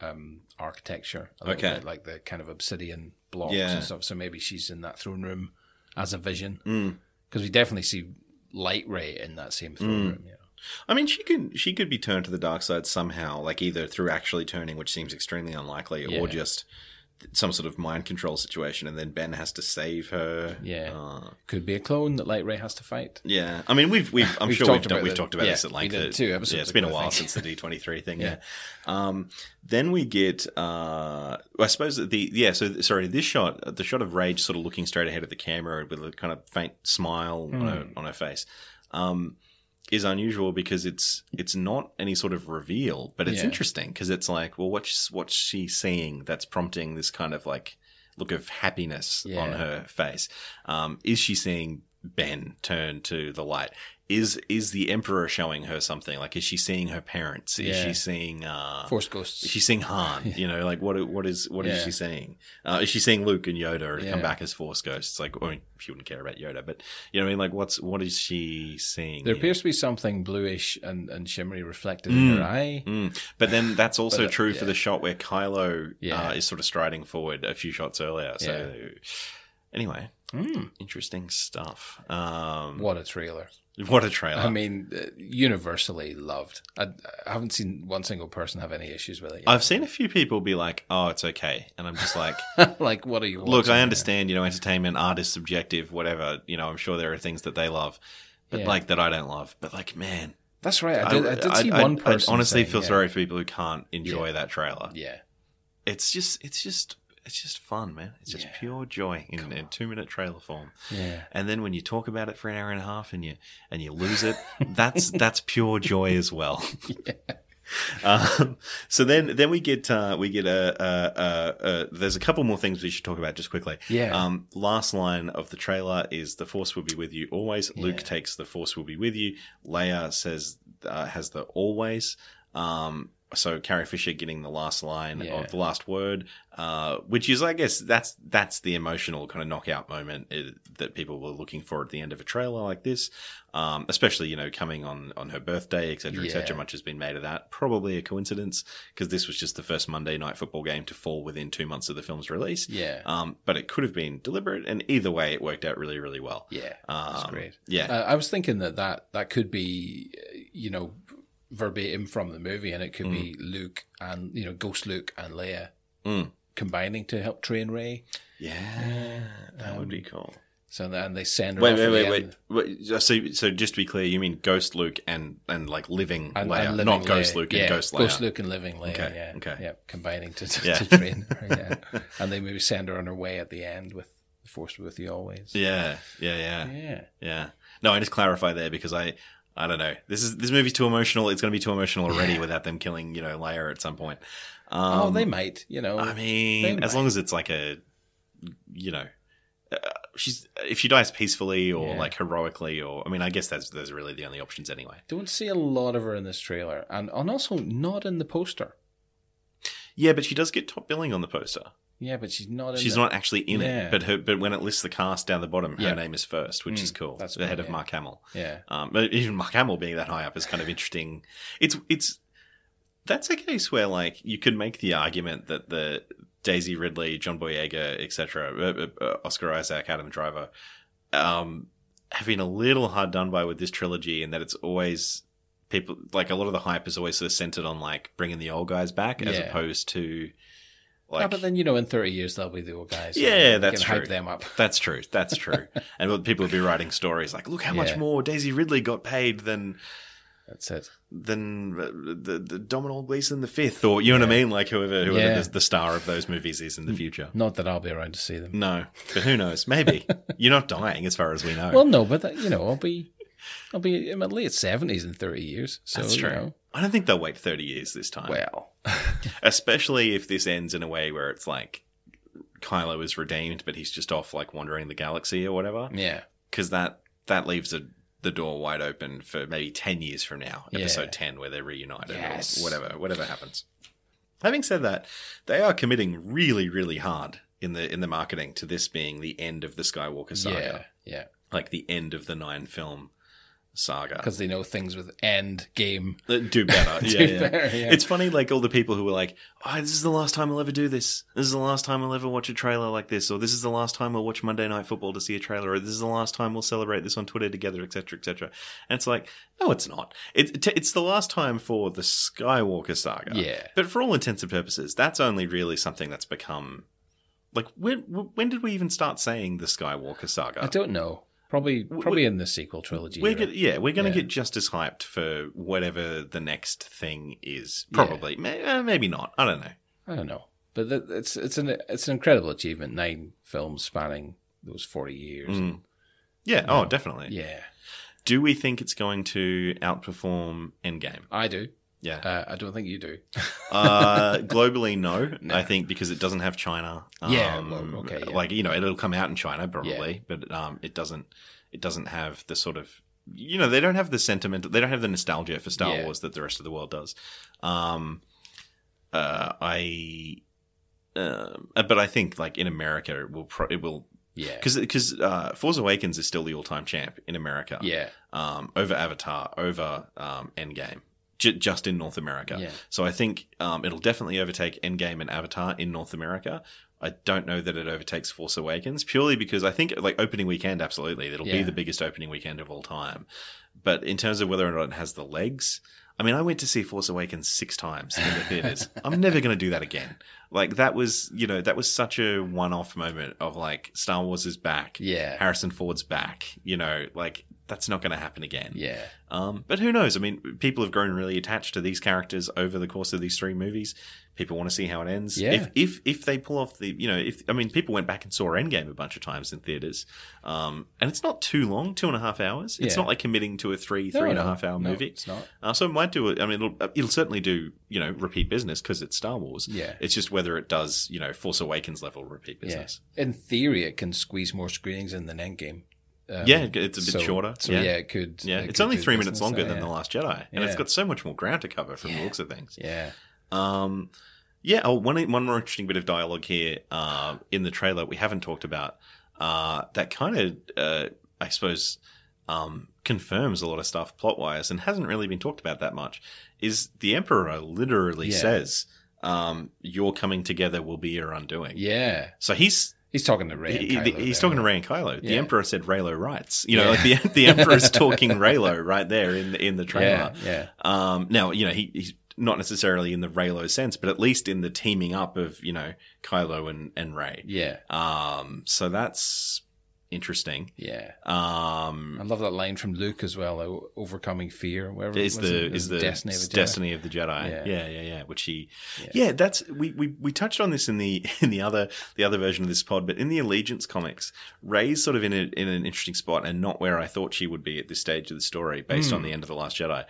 S8: um, architecture. a little
S7: Okay.
S8: bit, like the kind of obsidian blocks
S7: Yeah.
S8: and stuff. So maybe she's in that throne room as a vision.
S7: Hmm.
S8: Because we definitely see light ray in that same throne
S7: Hmm.
S8: room. Yeah.
S7: I mean, she could she could be turned to the dark side somehow, like either through actually turning, which seems extremely unlikely,
S8: Yeah.
S7: or just some sort of mind control situation, and then Ben has to save her.
S8: Yeah.
S7: Uh,
S8: Could be a clone that light ray has to fight.
S7: yeah. I mean, we've we've I'm
S8: We've
S7: sure
S8: talked
S7: we've, done,
S8: about
S7: we've
S8: it.
S7: talked about
S8: Yeah,
S7: this at
S8: we
S7: length.
S8: did
S7: uh,
S8: two episodes
S7: Yeah, it's been a
S8: ago, I
S7: while
S8: think.
S7: since the D23 thing.
S8: Yeah.
S7: Yeah. Um, then we get, uh, I suppose that the yeah. So sorry, this shot, the shot of Rage sort of looking straight ahead at the camera with a kind of faint smile on, her,
S8: Hmm.
S7: on her face. Um, is unusual because it's it's not any sort of reveal, but it's
S8: Yeah.
S7: interesting because it's like, well, what's what's she seeing that's prompting this kind of like look of happiness on
S8: Yeah.
S7: her face? Um, is she seeing Ben turn to the light? Is is the Emperor showing her something? Like, is she seeing her parents? Is
S8: Yeah.
S7: she seeing uh,
S8: Force ghosts.
S7: She's seeing Han, you know, like what? What is what is
S8: Yeah.
S7: she seeing? Uh, is she seeing Luke and Yoda to
S8: Yeah.
S7: come back as Force ghosts? Like, I mean, she wouldn't care about Yoda, but you know, what I mean, like, what's what is she seeing?
S8: there
S7: here?
S8: appears to be something bluish and, and shimmery reflected in her eye.
S7: Mm. But then that's also
S8: But, uh,
S7: true for
S8: yeah.
S7: the shot where Kylo
S8: Yeah.
S7: uh, is sort of striding forward a few shots earlier. So Anyway,
S8: Hmm.
S7: interesting stuff. Um,
S8: What a trailer.
S7: what a trailer.
S8: I mean, uh, universally loved. I, I haven't seen one single person have any issues with it. Yet.
S7: I've seen a few people be like, "Oh, it's okay," and I'm just like,
S8: like, what are you?
S7: "Look,
S8: watching
S7: I
S8: here?
S7: understand. You know, entertainment, art is subjective, whatever. You know, I'm sure there are things that they love, but
S8: Yeah.
S7: like that I don't love. But like, man,
S8: That's right. I did. I, did see
S7: I-
S8: one
S7: I
S8: person.
S7: honestly
S8: saying,
S7: feel
S8: yeah,
S7: sorry for people who can't enjoy that trailer.
S8: Yeah,
S7: It's just, it's just, it's just fun, man. It's just pure joy in, in two minute trailer form.
S8: Yeah.
S7: And then when you talk about it for an hour and a half and you and you lose it, that's that's pure joy as well. Um, so then, then we get uh, we get a, a, a, a. There's a couple more things we should talk about just quickly.
S8: Yeah.
S7: Um, last line of the trailer is "The Force will be with you always." Luke takes "The Force will be with you." Leia says uh, has the always. Um, so Carrie Fisher getting the last line
S8: Yeah.
S7: of the last word, uh, which is, I guess, that's that's the emotional kind of knockout moment uh, that people were looking for at the end of a trailer like this, um, especially you know coming on on her birthday, etc., cetera, etc.
S8: Yeah.
S7: Much has been made of that. Probably a coincidence because this was just the first Monday night football game to fall within two months of the film's release.
S8: Yeah.
S7: um, but it could have been deliberate, and either way, it worked out really, really well.
S8: yeah.
S7: Um,
S8: that's great.
S7: yeah.
S8: Uh, I was thinking that, that that could be, uh, you know, verbatim from the movie, and it could be Luke and you know Ghost Luke and Leia
S7: Mm.
S8: combining to help train Ray.
S7: yeah, that would be
S8: um,
S7: cool.
S8: So then they send her
S7: Wait,
S8: off
S7: wait,
S8: at
S7: wait,
S8: the
S7: wait,
S8: end.
S7: wait. So, so just to be clear, you mean Ghost Luke and and like living
S8: And-
S7: Leia,
S8: and living
S7: not Ghost
S8: Leia.
S7: Luke
S8: Yeah,
S7: and Ghost Leia.
S8: Ghost Luke and living Leia.
S7: Okay,
S8: Yeah.
S7: okay.
S8: Yeah. Combining to, to,
S7: Yeah.
S8: to train her. Yeah. and they maybe send her on her way at the end with the Force with you always.
S7: Yeah, yeah, yeah, yeah,
S8: Yeah.
S7: No, I just clarify there because I, I don't know. This is this movie's too emotional. It's going to be too emotional already without them killing you know Leia at some point. Um,
S8: oh, they might. You know.
S7: I mean,
S8: they
S7: as long as it's like a, you know, uh, she's if she dies peacefully or
S8: Yeah.
S7: like heroically or I mean, I guess that's those are really the only options anyway.
S8: don't see a lot of her in this trailer, and and also not in the poster.
S7: Yeah, but she does get top billing on the poster.
S8: Yeah, but she's not. in
S7: She's
S8: the-
S7: not actually in
S8: Yeah.
S7: it, but her, but when it lists the cast down the bottom, her
S8: Yeah. Mm,
S7: name is first, which is cool.
S8: that's
S7: the head
S8: cool,
S7: of
S8: yeah.
S7: Mark Hamill.
S8: Yeah.
S7: Um, but even Mark Hamill being that high up is kind of interesting. It's it's that's a case where like you could make the argument that the Daisy Ridley, John Boyega, etc., uh, uh, Oscar Isaac, Adam Driver, um, have been a little hard done by with this trilogy, and that it's always people like a lot of the hype is always sort of centered on like bringing the old guys back as
S8: Yeah.
S7: opposed to
S8: Ah,
S7: like
S8: but then you know, in thirty years they'll be the old guys.
S7: Yeah,
S8: and we
S7: that's
S8: can
S7: true.
S8: Hype them up.
S7: That's true. That's true. and well, people would be writing stories like, "Look how much
S8: Yeah.
S7: more Daisy Ridley got paid than
S8: That's it.
S7: than uh, the, the Domhnall Gleeson the fifth, or you know what I mean, like whoever whoever
S8: Yeah. Mm.
S7: the, the star of those movies is in the future."
S8: Not that I'll be around to see them.
S7: No, but who knows? Maybe you're not dying, as far as we know.
S8: Well, no, but that, you know, I'll be, I'll be in my late seventies in thirty years. So
S7: that's
S8: you
S7: true.
S8: know,
S7: I don't think they'll wait thirty years this time.
S8: well,
S7: especially if this ends in a way where it's like Kylo is redeemed, but he's just off like wandering the galaxy or whatever.
S8: yeah,
S7: because that that leaves a, the door wide open for maybe ten years from now,
S8: Yeah.
S7: episode ten, where they're reunited
S8: Yes.
S7: or whatever, whatever happens. Having said that, they are committing really, really hard in the in the marketing to this being the end of the Skywalker saga,
S8: yeah, yeah,
S7: like the end of the nine film saga.
S8: because they know things with end game.
S7: Uh, Do better.
S8: Do
S7: yeah, yeah.
S8: better, yeah.
S7: It's funny, like all the people who were like, oh, this is the last time I'll ever do this. This is the last time I'll ever watch a trailer like this. Or this is the last time I'll watch Monday Night Football to see a trailer. Or this is the last time we'll celebrate this on Twitter together, etc., etc. And it's like, no, it's not. It, it- it's the last time for the Skywalker saga.
S8: Yeah.
S7: But for all intents and purposes, that's only really something that's become. Like, when, when did we even start saying the Skywalker saga?
S8: I don't know. Probably, probably in the sequel trilogy.
S7: Oh. We're
S8: era.
S7: gonna, yeah, we're going to
S8: Yeah.
S7: get just as hyped for whatever the next thing is. Probably, May- uh, maybe not. I don't know.
S8: I don't know, but that, it's it's an it's an incredible achievement. Nine films spanning those forty years.
S7: Mm. Yeah. Oh, definitely.
S8: Yeah,
S7: Do we think it's going to outperform Endgame?
S8: I do.
S7: Yeah.
S8: Uh, I don't think you do.
S7: Uh, globally, no, I think because it doesn't have China. Um,
S8: Yeah, well, okay, yeah.
S7: Like you know, it'll come out in China probably,
S8: Yeah.
S7: but um, it doesn't. It doesn't have the sort of you know they don't have the sentiment. They don't have the nostalgia for Star
S8: Yeah.
S7: Wars that the rest of the world does. Um, uh, I. Um, but I think like in America, it will pro- it will
S8: Yeah,
S7: because because uh, Force Awakens is still the all time champ in America.
S8: yeah,
S7: um, over Avatar, over um, Endgame, j- just in North America.
S8: Yeah.
S7: So I think um, it'll definitely overtake Endgame and Avatar in North America. I don't know that it overtakes Force Awakens purely because I think like opening weekend, absolutely, it'll be
S8: Yeah.
S7: the biggest opening weekend of all time. But in terms of whether or not it has the legs, I mean, I went to see Force Awakens six times in the theaters. I'm never going to do that again. Like that was, you know, that was such a one-off moment of like Star Wars is back,
S8: Yeah.
S7: Harrison Ford's back, you know, like that's not going to happen again.
S8: Yeah.
S7: Um, but who knows? I mean, people have grown really attached to these characters over the course of these three movies. People want to see how it ends.
S8: Yeah.
S7: If, if if they pull off the, you know, if I mean, people went back and saw Endgame a bunch of times in theaters, um, and it's not too long, two and a half hours. It's
S8: Yeah.
S7: not like committing to a three
S8: No,
S7: three and a
S8: no.
S7: half hour
S8: No,
S7: movie.
S8: it's not.
S7: Uh, so it might do. it. I mean, it'll it'll certainly do. You know, repeat business because it's Star Wars.
S8: Yeah.
S7: It's just whether it does, you know, Force Awakens level repeat
S8: Yeah.
S7: business.
S8: In theory, it can squeeze more screenings in than Endgame. Um,
S7: Yeah, it's a bit
S8: so-
S7: shorter.
S8: So yeah. it could.
S7: Yeah,
S8: it
S7: it's
S8: could
S7: only
S8: do
S7: three
S8: business,
S7: minutes longer
S8: so,
S7: than
S8: yeah.
S7: The Last Jedi, and it's
S8: Yeah.
S7: got so much more ground to cover from the looks of things.
S8: Yeah.
S7: Um, yeah. Oh, one one more interesting bit of dialogue here uh, in the trailer we haven't talked about. Uh, that kind of, uh, I suppose, um, confirms a lot of stuff plot wise and hasn't really been talked about that much. Is the Emperor literally
S8: Yeah.
S7: says, um, "Your coming together will be your undoing."
S8: Yeah.
S7: So he's
S8: He's talking to Ray. and
S7: he- he-
S8: Kylo
S7: he's
S8: there,
S7: talking to
S8: right?
S7: Ray and Kylo. The
S8: Yeah.
S7: Emperor said Raylo rights. You know,
S8: Yeah.
S7: like the the Emperor's talking Raylo right there in the, in the trailer.
S8: Yeah. Yeah.
S7: Um, now you know he, he's not necessarily in the Raylo sense, but at least in the teaming up of you know Kylo and and Ray.
S8: Yeah.
S7: Um, so that's interesting.
S8: Yeah.
S7: Um,
S8: I love that line from Luke as well. o- Overcoming fear, or whatever. it
S7: is
S8: was.
S7: the
S8: It
S7: is
S8: was
S7: the
S8: destiny of a Jedi.
S7: destiny of the Jedi?
S8: Yeah.
S7: Yeah, yeah, yeah. Which he, yeah. that's we, we we touched on this in the in the other the other version of this pod, but in the Allegiance comics, Ray's sort of in a, in an interesting spot and not where I thought she would be at this stage of the story, based on the end of the Last Jedi.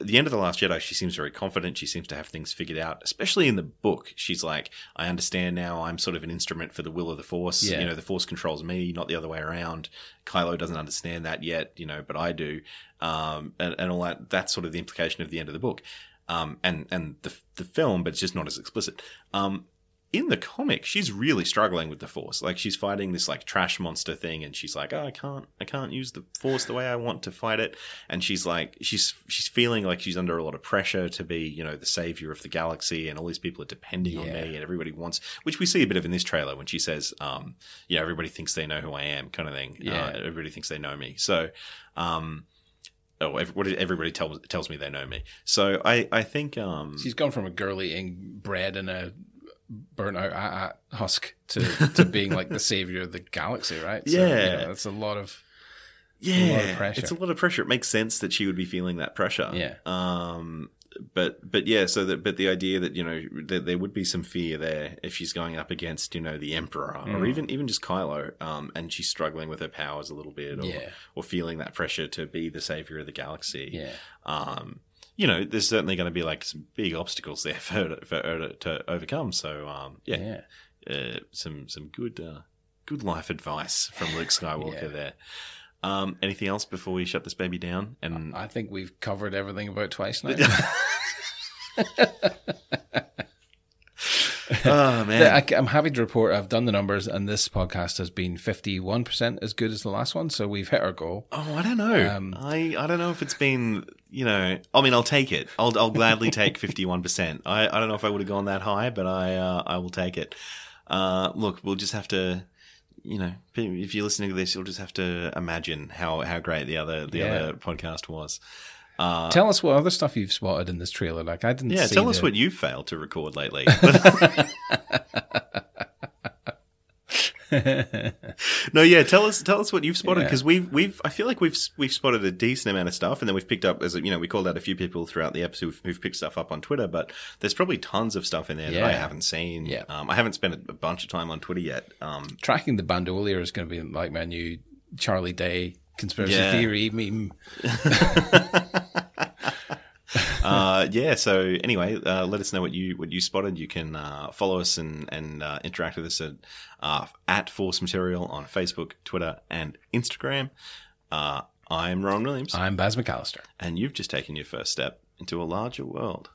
S7: At the end of the Last Jedi, she seems very confident. She seems to have things figured out, especially in the book. She's like, "I understand now. I'm sort of an instrument for the will of the Force.
S8: Yeah.
S7: You know, the Force controls me, not the other way around." Kylo doesn't understand that yet, you know, but I do, um, and, and all that. That's sort of the implication of the end of the book, um, and and the the film, but it's just not as explicit. Um, in the comic, she's really struggling with the force. Like she's fighting this like trash monster thing, and she's like, "Oh, I can't, I can't use the force the way I want to fight it." And she's like, she's she's feeling like she's under a lot of pressure to be, you know, the savior of the galaxy, and all these people are depending on
S8: Yeah.
S7: me, and everybody wants, which we see a bit of in this trailer when she says, um, "You know, everybody thinks they know who I am," kind of thing.
S8: Yeah.
S7: Uh, everybody thinks they know me. So, um, oh, ev- what did- everybody tells tells me they know me. So I I think um,
S8: She's gone from a girly and bred in a burnt out ah, ah husk to, to being like the savior of the galaxy, right? So, you
S7: Yeah.
S8: know, that's a lot of.
S7: yeah,
S8: lot of pressure.
S7: it's a lot of pressure. It makes sense that she would be feeling that pressure.
S8: Yeah.
S7: Um, but but yeah, so that but the idea that you know that there would be some fear there if she's going up against you know the emperor or
S8: Mm.
S7: even even just Kylo, um, and she's struggling with her powers a little bit, or
S8: Yeah.
S7: or feeling that pressure to be the savior of the galaxy.
S8: Yeah.
S7: um, you know, there's certainly going to be like some big obstacles there for her to, for her to, to overcome. So, um, yeah,
S8: Yeah.
S7: Uh, some some good uh, good life advice from Luke Skywalker
S8: Yeah.
S7: there. Um, anything else before we shut this baby down? And
S8: I think we've covered everything about twice now.
S7: oh
S8: Yeah,
S7: man,
S8: Uh, I, am happy to report I've done the numbers, and this podcast has been 51% as good as the last one. So we've hit our goal.
S7: oh I don't know.
S8: Um,
S7: I I don't know if it's been you know. I mean, I'll take it. I'll I'll gladly take fifty one percent. I I don't know if I would have gone that high, but I uh, I will take it. Uh, look, we'll just have to. you know, if you're listening to this, you'll just have to imagine how, how great the other the
S8: Yeah.
S7: other podcast was. Uh,
S8: tell us what other stuff you've spotted in this trailer. Like I didn't.
S7: yeah,
S8: see
S7: tell us
S8: the-
S7: what you failed to record lately. no, yeah, tell us tell us what you've spotted
S8: Yeah.
S7: because we've we've I feel like we've we've spotted a decent amount of stuff, and then we've picked up as you know we called out a few people throughout the episode who've, who've picked stuff up on Twitter, but there's probably tons of stuff in there that I
S8: Yeah.
S7: haven't seen.
S8: Yeah.
S7: um, I haven't spent a, a bunch of time on Twitter yet. Um,
S8: tracking the bandolier is going to be like my new Charlie Day conspiracy
S7: Yeah.
S8: theory meme.
S7: uh, yeah. So anyway, uh, let us know what you what you spotted. You can uh, follow us and and uh, interact with us at uh, at Force Material on Facebook, Twitter, and Instagram. Uh, I'm Ron Williams,
S8: I'm Baz McAllister.
S7: and you've just taken your first step into a larger world.